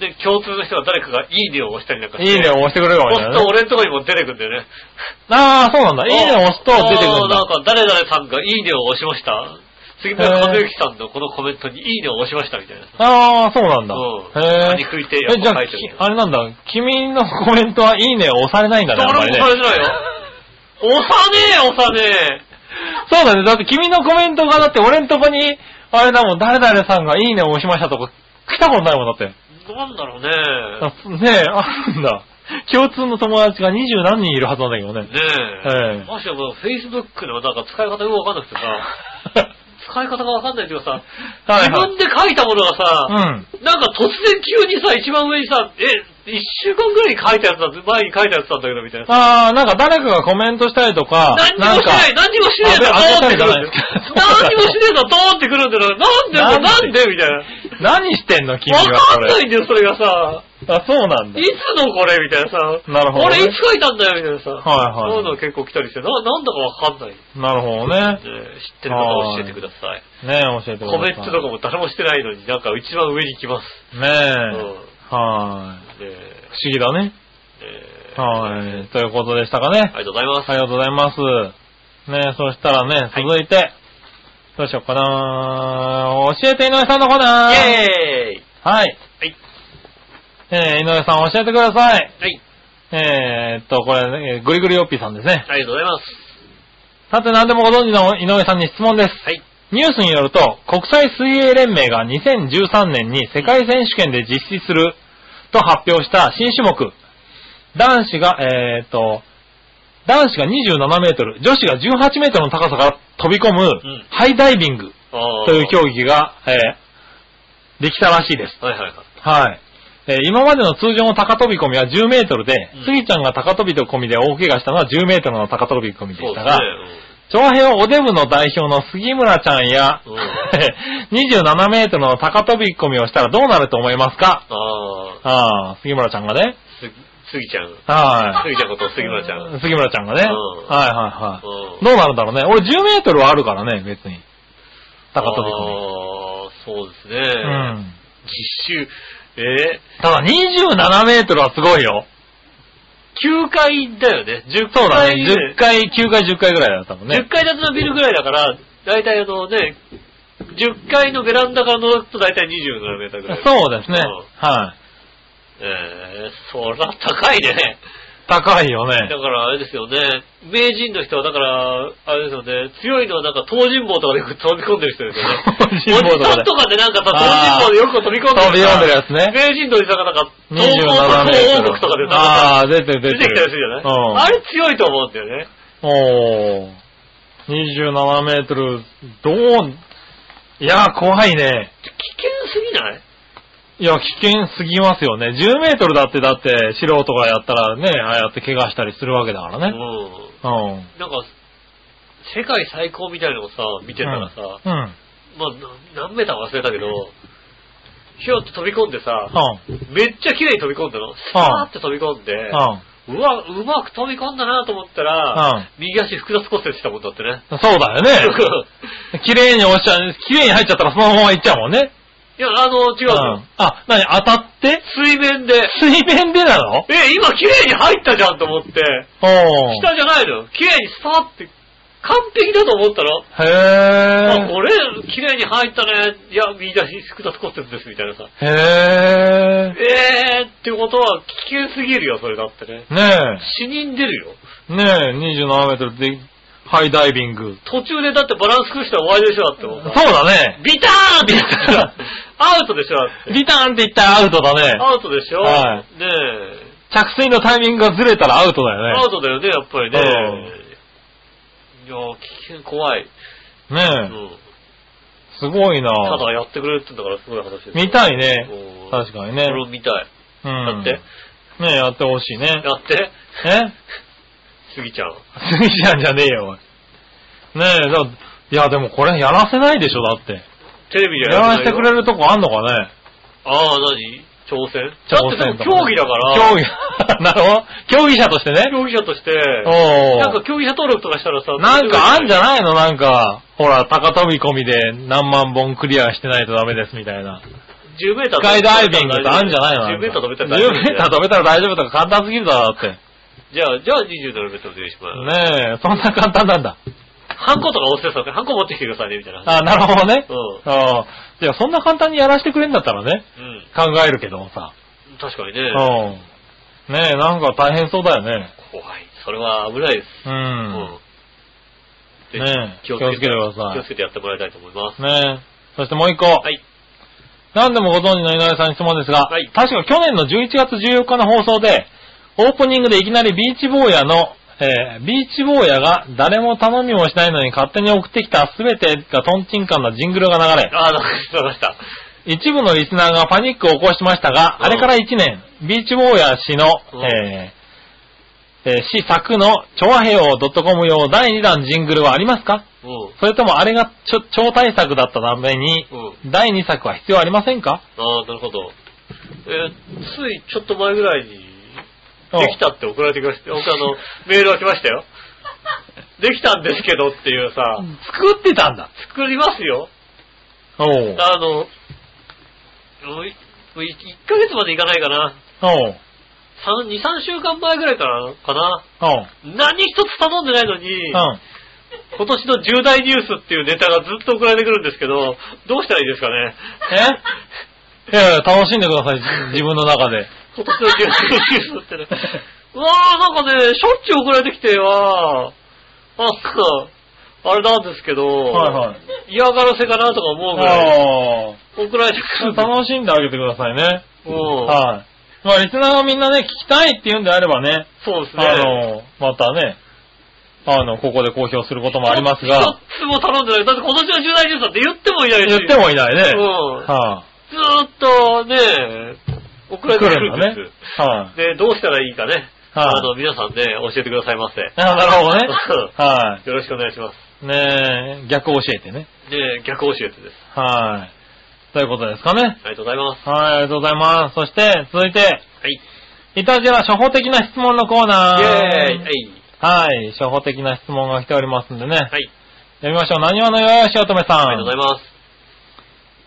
ね、共通の人が誰かがいいねを押したりなんかはい。いいねを押してくれるかもしれ押すないとね。俺のとこにも出てくんだよね。ああ、そうなんだ。いいねを押すと出てくるなんだん。か、誰々さんがいいねを押しました。杉村和之さんのこのコメントにいいねを押しましたみたいな。ああ、そうなんだ。うんへカえ。ニ食いてえやっえじゃぱあ書いてるよ、きあれなんだ、君のコメントはいいねを押されないんだね、あんま俺りもね。それじゃないよ。押さねえ、押さねそうだね。だって君のコメントが、だって俺んとこに、あれだもん、誰々さんがいいねを押しましたとか、来たことないもんだって。え。なんだろうね。あねえ、あるんだ。共通の友達が二十何人いるはずなんだ けどね。ねええ。えましてやもう Facebook のなんか使い方がわかんなくて さ、使い方がわかんないけどさ、はい自分で書いたものがさ、うん。なんか突然急にさ、一番上にさ、え、一週間ぐらいに書いたやつだって、前に書いたやつなんだけど、みたいな。あー、なんか誰かがコメントしたりとか、何にもしない、何にもしねえんだ、あドーンべってくるんだよあげたりじゃないです。か何にもしねえんだ、ドーンってくるんだよ。なんでだ、ななんんででみたいな。何してんの君はわかそんなれ。いんだよ、それがさ。あ、そうなんだい。つのこれみたいなさ。なるほどね俺いつ書いたんだよ、みたいなさ。はいはいそういうの結構来たりして、な、なんだかわかんない。ねなるほどね。知ってる方教えてください。ねえ、教えてください。コメントとかも誰もしてないのになんか一番上に来ます。うねんえ。はーい。ね不思議だね。えはい。ということでしたかね。ありがとうございます。ありがとうございます。ねそしたらね、はい続いて、どうしようかな教えて井上さんのコーナーイェーイははい。い。えー、井上さん教えてください。はい。えー、っと、これ、えーぐりぐりよっぴーさんですね。ありがとうございます。さて何でもご存知の井上さんに質問です。はい。ニュースによると、国際水泳連盟が2013年に世界選手権で実施すると発表した新種目。男子が、えーっと、男子が27メートル、女子が18メートルの高さから飛び込むんハイダイビングあーという競技が、えーできたらしいです。はいはいはい。はい。えー今までの通常の高飛び込みは10メートルでうん、スギちゃんが高飛び込みで大怪我したのは10メートルの高飛び込みでそうでしたすが、ね。長編おデブの代表の杉村ちゃんやうん、 27メートルの高飛び込みをしたらどうなると思いますかうんああ、ああ、杉村ちゃんがね。す、すぎちゃん。はすぎちゃんこと杉村ちゃん。うん。い。杉村ちゃんがね。うはいんはいはい。どうなるんだろうね。俺10メートルはあるからね、別に。高飛び込み。ああ、そうですね。うん。実習、えただ27メートルはすごいよ。ー、9階だよね。10そうだ階ね。10回、9回、10回ぐらいだったもんね10。階建てのビルぐらいだから、だいたいあのね、10階のベランダから覗くとだいたい27メーターぐらい。そうですねん。はい。えー、そら高いね。高いよだかね。らあれですよね、名人の人はだから、あれですよね、強いのはなんか東尋坊とかでよく飛び込んでる人ですよね。東尋坊とかでおじさんとかでなんかさ、東尋坊でよく飛び込んで飛び込んでるやつね。名人の人がなんか、 27東メ方と東王ートル。国とかでなんかさ、ああ、出てる出出ててる。きたりするじゃない、うん。あれ強いと思うんだよね。おー。27メートル、どう、いやー、怖いね。危険すぎないいや、危険すぎますよね。10メートルだって、だって、素人がやったらね、ああやって怪我したりするわけだからうね。ん。うん。なんか、世界最高みたいなのをさ、見てたらさ、うん。うん。まあ、な何メーター忘れたけど、ひょって飛び込んでさ、うん。めっちゃ綺麗に飛び込んだの。スパーって飛び込んで、うん。うわ、うまく飛び込んだなと思ったら、右足複雑骨折したもんだってね。そうだ よね。綺麗に落ちちゃう、綺麗に入っちゃったらそのまま行っちゃうもんね。いや、あの、違ううのよ、ん。あ、なに当たって水面で、水面でなのえ、今綺麗に入ったじゃんと思って、おー。下じゃないのよ綺麗にスパーって、完璧だと思ったの。へあ、ー。これ、綺麗に入ったね。いや、右足複雑骨折です、みたいなさ。へえーってことは、危険すぎるよ、それだってね。ー。ね死人出るよ。え。ねえ、27メートルで、ハイダイビング。途中でだってバランス崩したら終わりでしょ、だってもそうう。だね。ビターンビターン アウトでしょ、だって。リターンって言ったらアウトだね。アウトでしょはいねえ。着水のタイミングがずれたらアウトだアウよトだよね、やっぱりね。いや、危険、怖い。ね。うねえ。ん。すごいただなやってくれるってんだから、すごい話ですよ。見たいねうん確かにねそれを見たい。うだん。って、ねえ、やってほしいね。やって、えスギちゃん。スギちゃんじゃねえよ、おいねえ、だいや、でもこれやらせないでしょ、だって。テレビでやらせてくれる。るとこあんのかねああ、何挑戦挑戦だってでとかねも競技だから。 競技、なるほど。競技者としてね。競技者として、おなんかー競技者登録とかしたらさ、なんかあんじゃいないのなんか、ほら、高飛び込みで何万本クリアしてないとダメですみたいな。 ?10 メータースカイダイビングってあんじゃないの ?10 メーター飛べたらら大丈夫 ?10 メーター飛べたら大丈夫とか簡単すぎるだろ、だって。じゃあ、じゃあ27メーターでします。ねえ、そんな簡単なんだ。ハンコとか押してたら、ハンコ持ってきてくださいね、みたいな。あ、なるほどねう。ん。あーいや、そんな簡単にやらせてくれんだったらね、うん。考えるけどもさ。確かにうね。ん。ねえ、なんか大変そうだよね。怖い。それは危ないです。う。。うんぜひねえ気をつけてください気をつけてやってもらいたいと思います。ねえ。そしてもう一個。はい。何でもご存知の井上さんに質問ですが、はい確か去年の11月14日の放送で、オープニングでいきなりビーチ坊やの、えービーチ坊やが誰も頼みもしないのに勝手に送ってきた全てがトンチンカンなジングルが流れ、ああ、なんか、ました。一部のリスナーがパニックを起こしましたが、うんあれから1年、ビーチ坊や氏の、うんえーえー氏作の調和平和 .com 用第2弾ジングルはありますかうん。それともあれがちょ超大作だったために、う第2作は必要ありませんかああ、なるほど。えーついちょっと前ぐらいに、できたって送られてきました。僕あの、メールが来ましたよ。できたんですけどっていうさ、作ってたんだ。作りますよ。おうあの、もういもうい1ヶ月までいかないかな。おう3 2、3週間前ぐらいからかな。おう何一つ頼んでないのうに、ん。今年の重大ニュースっていうネタがずっと送られてくるんですけど、どうしたらいいですかね。 えいやいや、楽しんでください、じ自分の中で。今年の重大ニュースって ね。うわー、なんかね、しょっちゅう送られてきては、なんか、あれなんですけど、、はい嫌がらせかなとか思うぐらい、あ送られてくるあ。。楽しんであげてくださいね。うんはい。まあ、リスナーがみんなね、聞きたいって言うんであればね、そうですね。あの、またね、あの、ここで公表することもありますが、一つも頼んでない。だって今年の重大ニュースだって言ってもいないし。言ってもいないね。うんはずーっとね、送い。られて来くるるんんだです。ね。はい。で、どうしたらいいかね。はいあの、皆さんね、教えてくださいませ。あなるほ どね。はよろしくお願いします。い。ねえ、逆教えてね。で、逆教えてです。はい。ということですかね。ありがとうございます。はい、ありがとうございます。そして、続いて、はい。いたじら初歩的な質問のコーナー。イェーイ。はい。はい、初歩的な質問が来ておりますんでね。はい。読みましょう。何話のよよしおとめさん。ありがとうございます。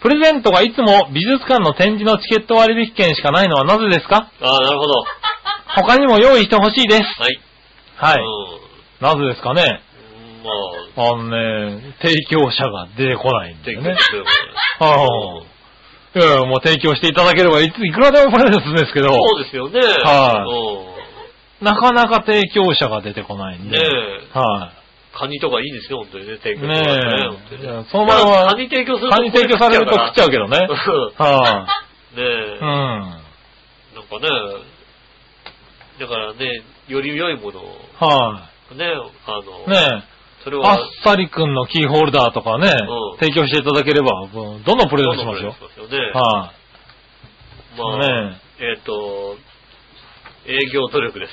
プレゼントがいつも美術館の展示のチケット割引券しかないのはなぜですかああ、なるほど。は他にも用意してほしいです。い。はい。うなぜですかねん。まあ、あのね、提供者が出てこないんでできねる。ということでうん。はあいやいや、もう提供していただければいつ、いくらでもプレゼントするんですけど、そうですよね。はういん。なかなか提供者が出てこないんで。ねえはい。カニとかいいですよ、本当にね、提供ねえ本当にねいやその場合はまあカニ提供するとカニ提供されると食っちゃうけど ね。うは んねい。えう。ん。なんかね、だからね、より良いものを、はね、あの、い。ねそれえ、は、あっさりくんのキーホルダーとかねうん、提供していただければ、もうどんどんプレゼントしますよ。どんどんプレゼントしますよね。はまあ、ねえっ、と、営業努力です。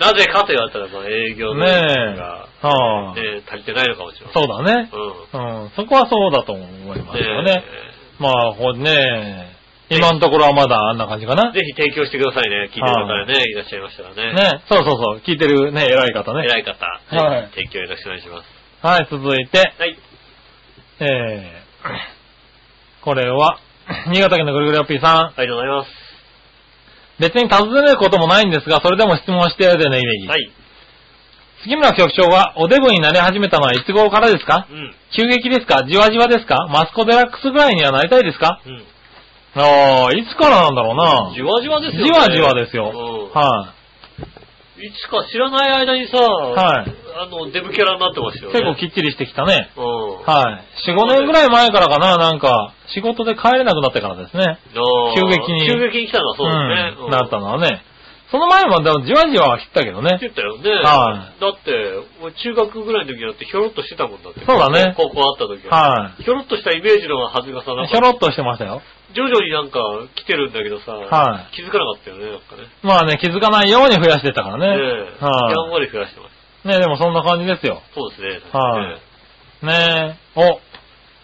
なぜかと言われたら、まあ営業 のねえ。が、はあ、ね、足りてないのかもしれません。そうだね。うん。そこはそうだと思いますようん。ね。まあ、ほね今のところはまだあんな感じかな。ぜひ提供してくださいね。聞いてる方ね、いらっしゃいましたらね。ね、そうそうそう。聞いてるね、偉い方ね。偉い方、はい提供よろしくお願いします。はい、続いて、はい。えー、これは、新潟県のぐるぐるよっぴーさん。ありがとうございます。別に尋ねることもないんですが、それでも質問してやるでね、イメージ。はい。杉村局長は、おデブになり始めたのはいつ頃からですかうん。急激ですかじわじわですかマスコ・デラックスぐらいにはなりたいですかうん。ああ、いつからなんだろうな。じわじわですよ、ね。じわじわですよ。うんはいつか知らない間にさ、いあの、デブキャラになってますい。よね。結構きっちりしてきたね。うん。い。はい。4、5年ぐらい前からかな、なんか、仕事で帰れなくなってからですね。急激に急激に来たのはそうだね。んなったの。のはね。その前も、でもじわじわは来てたけどってね。言ったよね。はだって、俺中学ぐらいの時だってひょろっとしてたもんだって。そうだね高校あった時は。はひょろっとしたイメージのはずがさ、なんい。ひか、ょろっとしてましたよ。徐々になんか来てるんだけどさ、は気づかなかったよね、なんかね。まあね、気づかないように増やしてったからね。ねえ。やんはわり増やしてます。い。ねでもそんな感じですよ。そうですね。はいねねえ。お、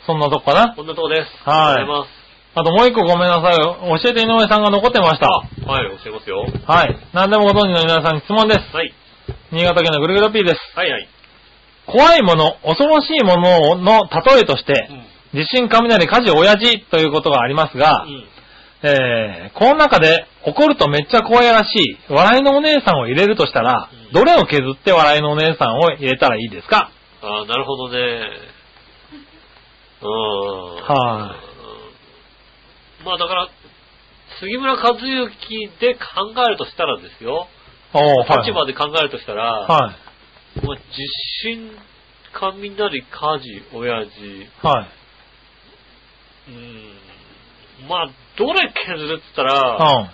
そんなとこかな。こんなとこです。はあいりがとうございあともう一個ごめんなさい。教えて井上さんが残ってました。ます。はい、教えますよ。はい。何でもご存知の皆さんに質問です。はい。新潟県のぐるぐる P です。はいはい。怖いもの、恐ろしいものの例えとしてう、ん。地震、雷、火事、親父ということがありますが、うんえー、この中で怒るとめっちゃ怖いらしい、笑いのお姉さんを入れるとしたらう、んどれを削って笑いのお姉さんを入れたらいいですかああ、なるほどね。うーん。。はいまあだから、杉村和幸で考えるとしたらですよ。おー、はい。立場で考えるとしたら、はい。もう地震、雷、火事、親父、はい。うーん。まあ、どれ削るって言ったら、うん。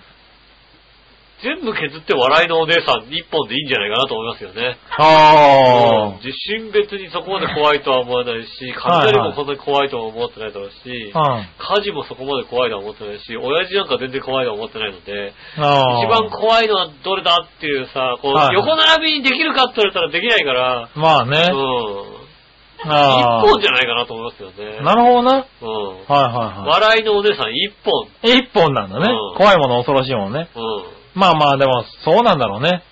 全部削って笑いのお姉さん一本でいいんじゃないかなと思いますよね。あうん地震別にそこまで怖いとは思わないし、雷もそんなに怖いとは思ってないだろうし、ー。うん。火事もそこまで怖いとは思ってないし、親父なんか全然怖いとは思ってないので、あー一番怖いのはどれだっていうさ、こはうい横並びにできるかって言われたらできないから、まあねう。ん。あ一本じーゃないかなと思いますよね。なるほどな。はいうん。はいは笑いのお姉さん一本。い。一本なんだねう。ん怖いもの、恐ろしいものね。うん。まあまあ、でも、そうなんだろうね。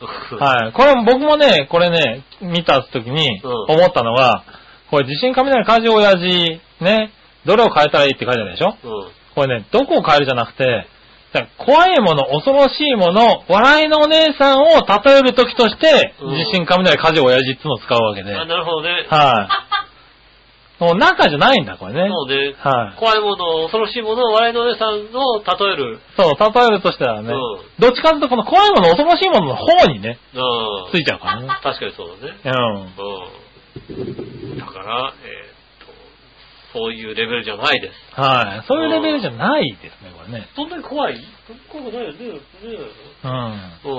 はい。これも僕もね、これね、見た時にうん思ったのが、これ地震雷火事親父、ね、どれを変えたらいいって書いてあるでしょうん。これね、どこを変えるじゃなくて、だから怖いもの、恐ろしいもの、笑いのお姉さんを例える時として、うん地震雷火事親父っていうのを使うわけで。あ、はい。なるほどね。 もう中じゃないんだ、これね。そうね。はい。怖いもの、恐ろしいもの、笑いのお姉さんを例える。そう、例えるとしたらね、うんどっちかというとこの怖いもの、恐ろしいものの方にね、うん。ついちゃうからね。確かにそうだね。うん。うん。だから、えーっと、そういうレベルじゃないです。はい。そういうレベルじゃないですね、これね。そんなに怖い怖くないよね。ねうん。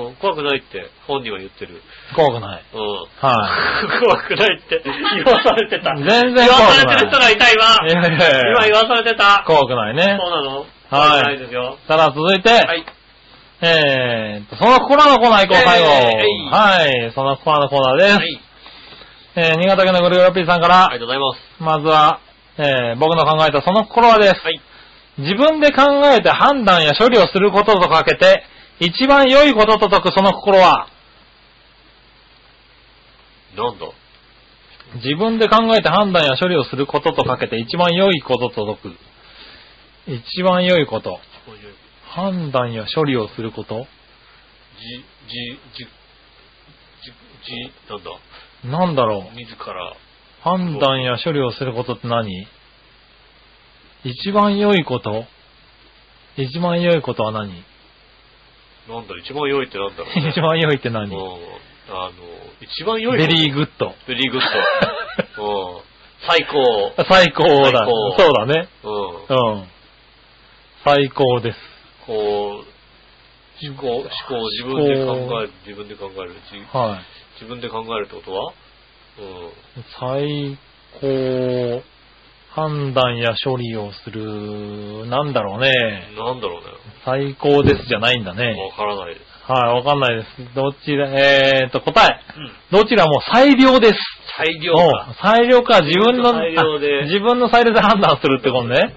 うん、怖くないって本人は言ってる。怖くない。うん。 は怖くないって言わされてた。全然怖くない言わされてる人がいた、今。いやいやいや今言わされてた。い。怖くないね。そうなのはいないですよ。ただ続いて、はい。えーっと、その心のコーナー行こう、最後。えいはい。その心のコーナーです。はい。えー、新潟県のグルーラピーさんかあらりが、とうございます。まずは、えー、僕の考えたその心はです。はい。自分で考えて判断や処理をすることとかけて、一番良いことと解くその心は、なんだ自分で考えて判断や処理をすることとかけて一番良いことと解く。一番良いこと。こういう、判断や処理をすることじ、じ、じ、じ、じ、なんだなんだろう。自ら。判断や処理をすることって何一番良いこと一番良いことは何なんだろう一番良いってなんだろう ね、一番良いって何うんあの、一番良い。ベリーググッド。ベリーグッ ド。うん最高。最高だ。最高そうだね。うんう。ん。最高です。こう、思考、思考、自分で考える、自分で考える。じはい。自分で考えるってことはうん。最高、判断や処理をする、なんだろうね。なんだろうね。最高ですじゃないんだね。わからないです。はい、わかんないです。どちら、えーっと、答え。うん。どちらも裁量です。裁量もうか。裁量か、自分の、自分の裁量であ自分の裁量で判断するってことね。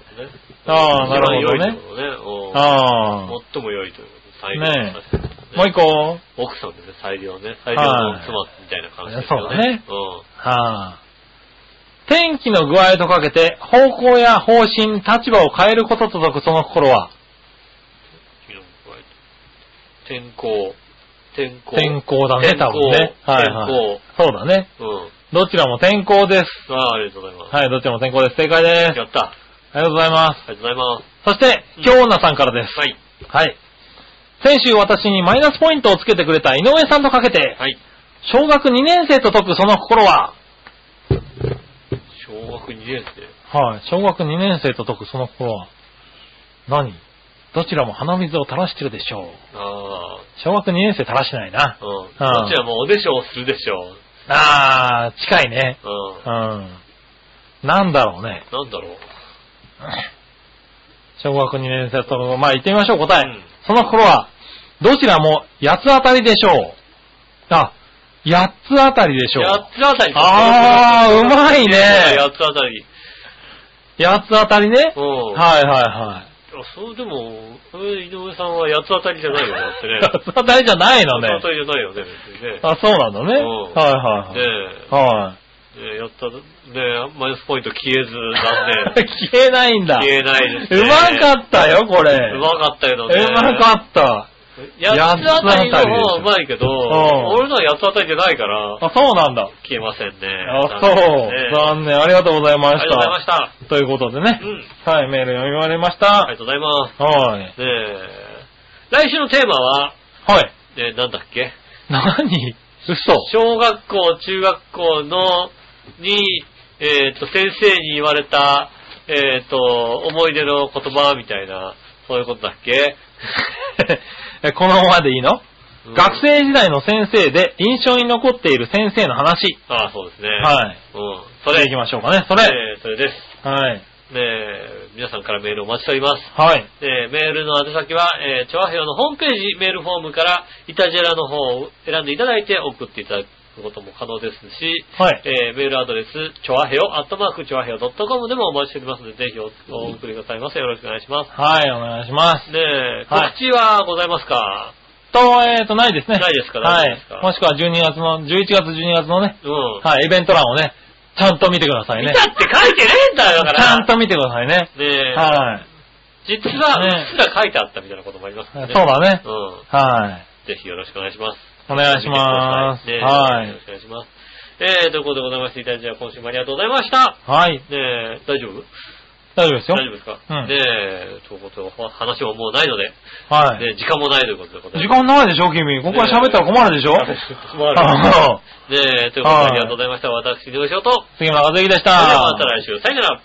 ああなるほどねどああ。も最も良いということ。裁量。ねえ確かにねう一個。は奥さんですね、裁量ね。裁量の妻みたいな感じですよはいね。あ。天気の具合とかけて、方向や方針、立場を変えることと解くその心は、うん。天候。天候。天候だね、天多候分ね。はいはい。そうだね。天候。どちらも天候です。うん。ああ、ありがとうございます。はい、どちらも天候です。正解です。やった。あありがとうございます。りがとうございまそして、うん京女さんからですす。。はい。はい。先週私にマイナスポイントをつけてくれた井上さんとかけて、はい。小学2年生と解くその心は、小学2年生。はい。小学2年生と解くその心は、何どちらも鼻水を垂らしてるでしょう。ああ。小学2年生垂らしてないな。うん。こっちはもうおでしょをするでしょう。あー、近いね。うんう。ん。なんだろうね。なんだろう。小学2年生と、まあ言ってみましょう、答え。うんその心は、どちらも八つ当たりでしょう。あ、八つ当たりでしょう。八つあたりあーうまいね八つあたり。八つ当たりね。うはん。いはいはい。あそう、でも、えー井上さんは八つ当たりじゃないよ、だってね。 八つ当たりじゃないのね八つ。当たりじゃないよね、別にね。あ、そうなんだね。うんはいはいねはい。はえ、ねえやった、ねえ、マイナスポイント消えず、なんで、い。 消えないんだ。消えないです、うね。まかったよ、これ。うまかったけどうね。まっかった。た。八つ当たりの八つ当たりでし方ょはうまいけど、俺のは八つ当たりじゃないから、あ、そうなんだ。消えませんね。あ、残そう念ですね。残念。ありがとうございまあしりがとうございました。た。ということでねう。ん。はい、メール読み終わりましあたり。がとうございます。はい。ねえ、来週のテーマは、はい。ねえ、なんだっけ何嘘。 小学校、中学校の、に、えっ、と、先生に言われた、えっ、と、思い出の言葉みたいな、そういうことだっけ、えこのままでいいうの、ん学生時代の先生で印象に残っている先生の話。ああ、そうですね。はい。うん。そそれれ、行きましょうかね。そそれ。えーそれです。はい。ねえ、皆さんからメールお待ちしております。はい。えーメールの宛先は、えー、チョアヘヨのホームページ、メールフォームから、イタジェラの方を選んでいただいて送っていただくことも可能ですし、はい。えーメールアドレス、チョアヘヨ、アットマークチョアヘヨ .com でもお待ちしておりますので、ぜひおお送りくださいませ。よろしくお願いします。はい、お願いします。ねえ、はい告知はございますか、と、えっ、と、ないですね。ないですかはないいですか。もしくは12月の、11月12月のね、うん。はい、イベント欄をね、ちゃんと見てくださいね見。たって書いてねえんだよ、だかちら。ゃんと見てくださいね。ねえ、はい。実は、ねうっすら書いてあったみたいなこともあります そからうね。だね。うん。はい。ぜひよろしくお願いします。お願いします。ねえはよろいし。くお願いします。えー、ということでございまして、いただいて今週もありがとうございました。はい。ねえ、大丈夫大丈夫ですよ大。丈夫ですかうんねえ、ということで、話ももうないので、はい。ねえ時間もないということでござい時ます。間ないでしょ、君。ここは喋ったら困るでしょ、もああのる。ねえ、ということでありがとうございました。私、井上翔と、杉村和之でした。それではまた来週、さよなら。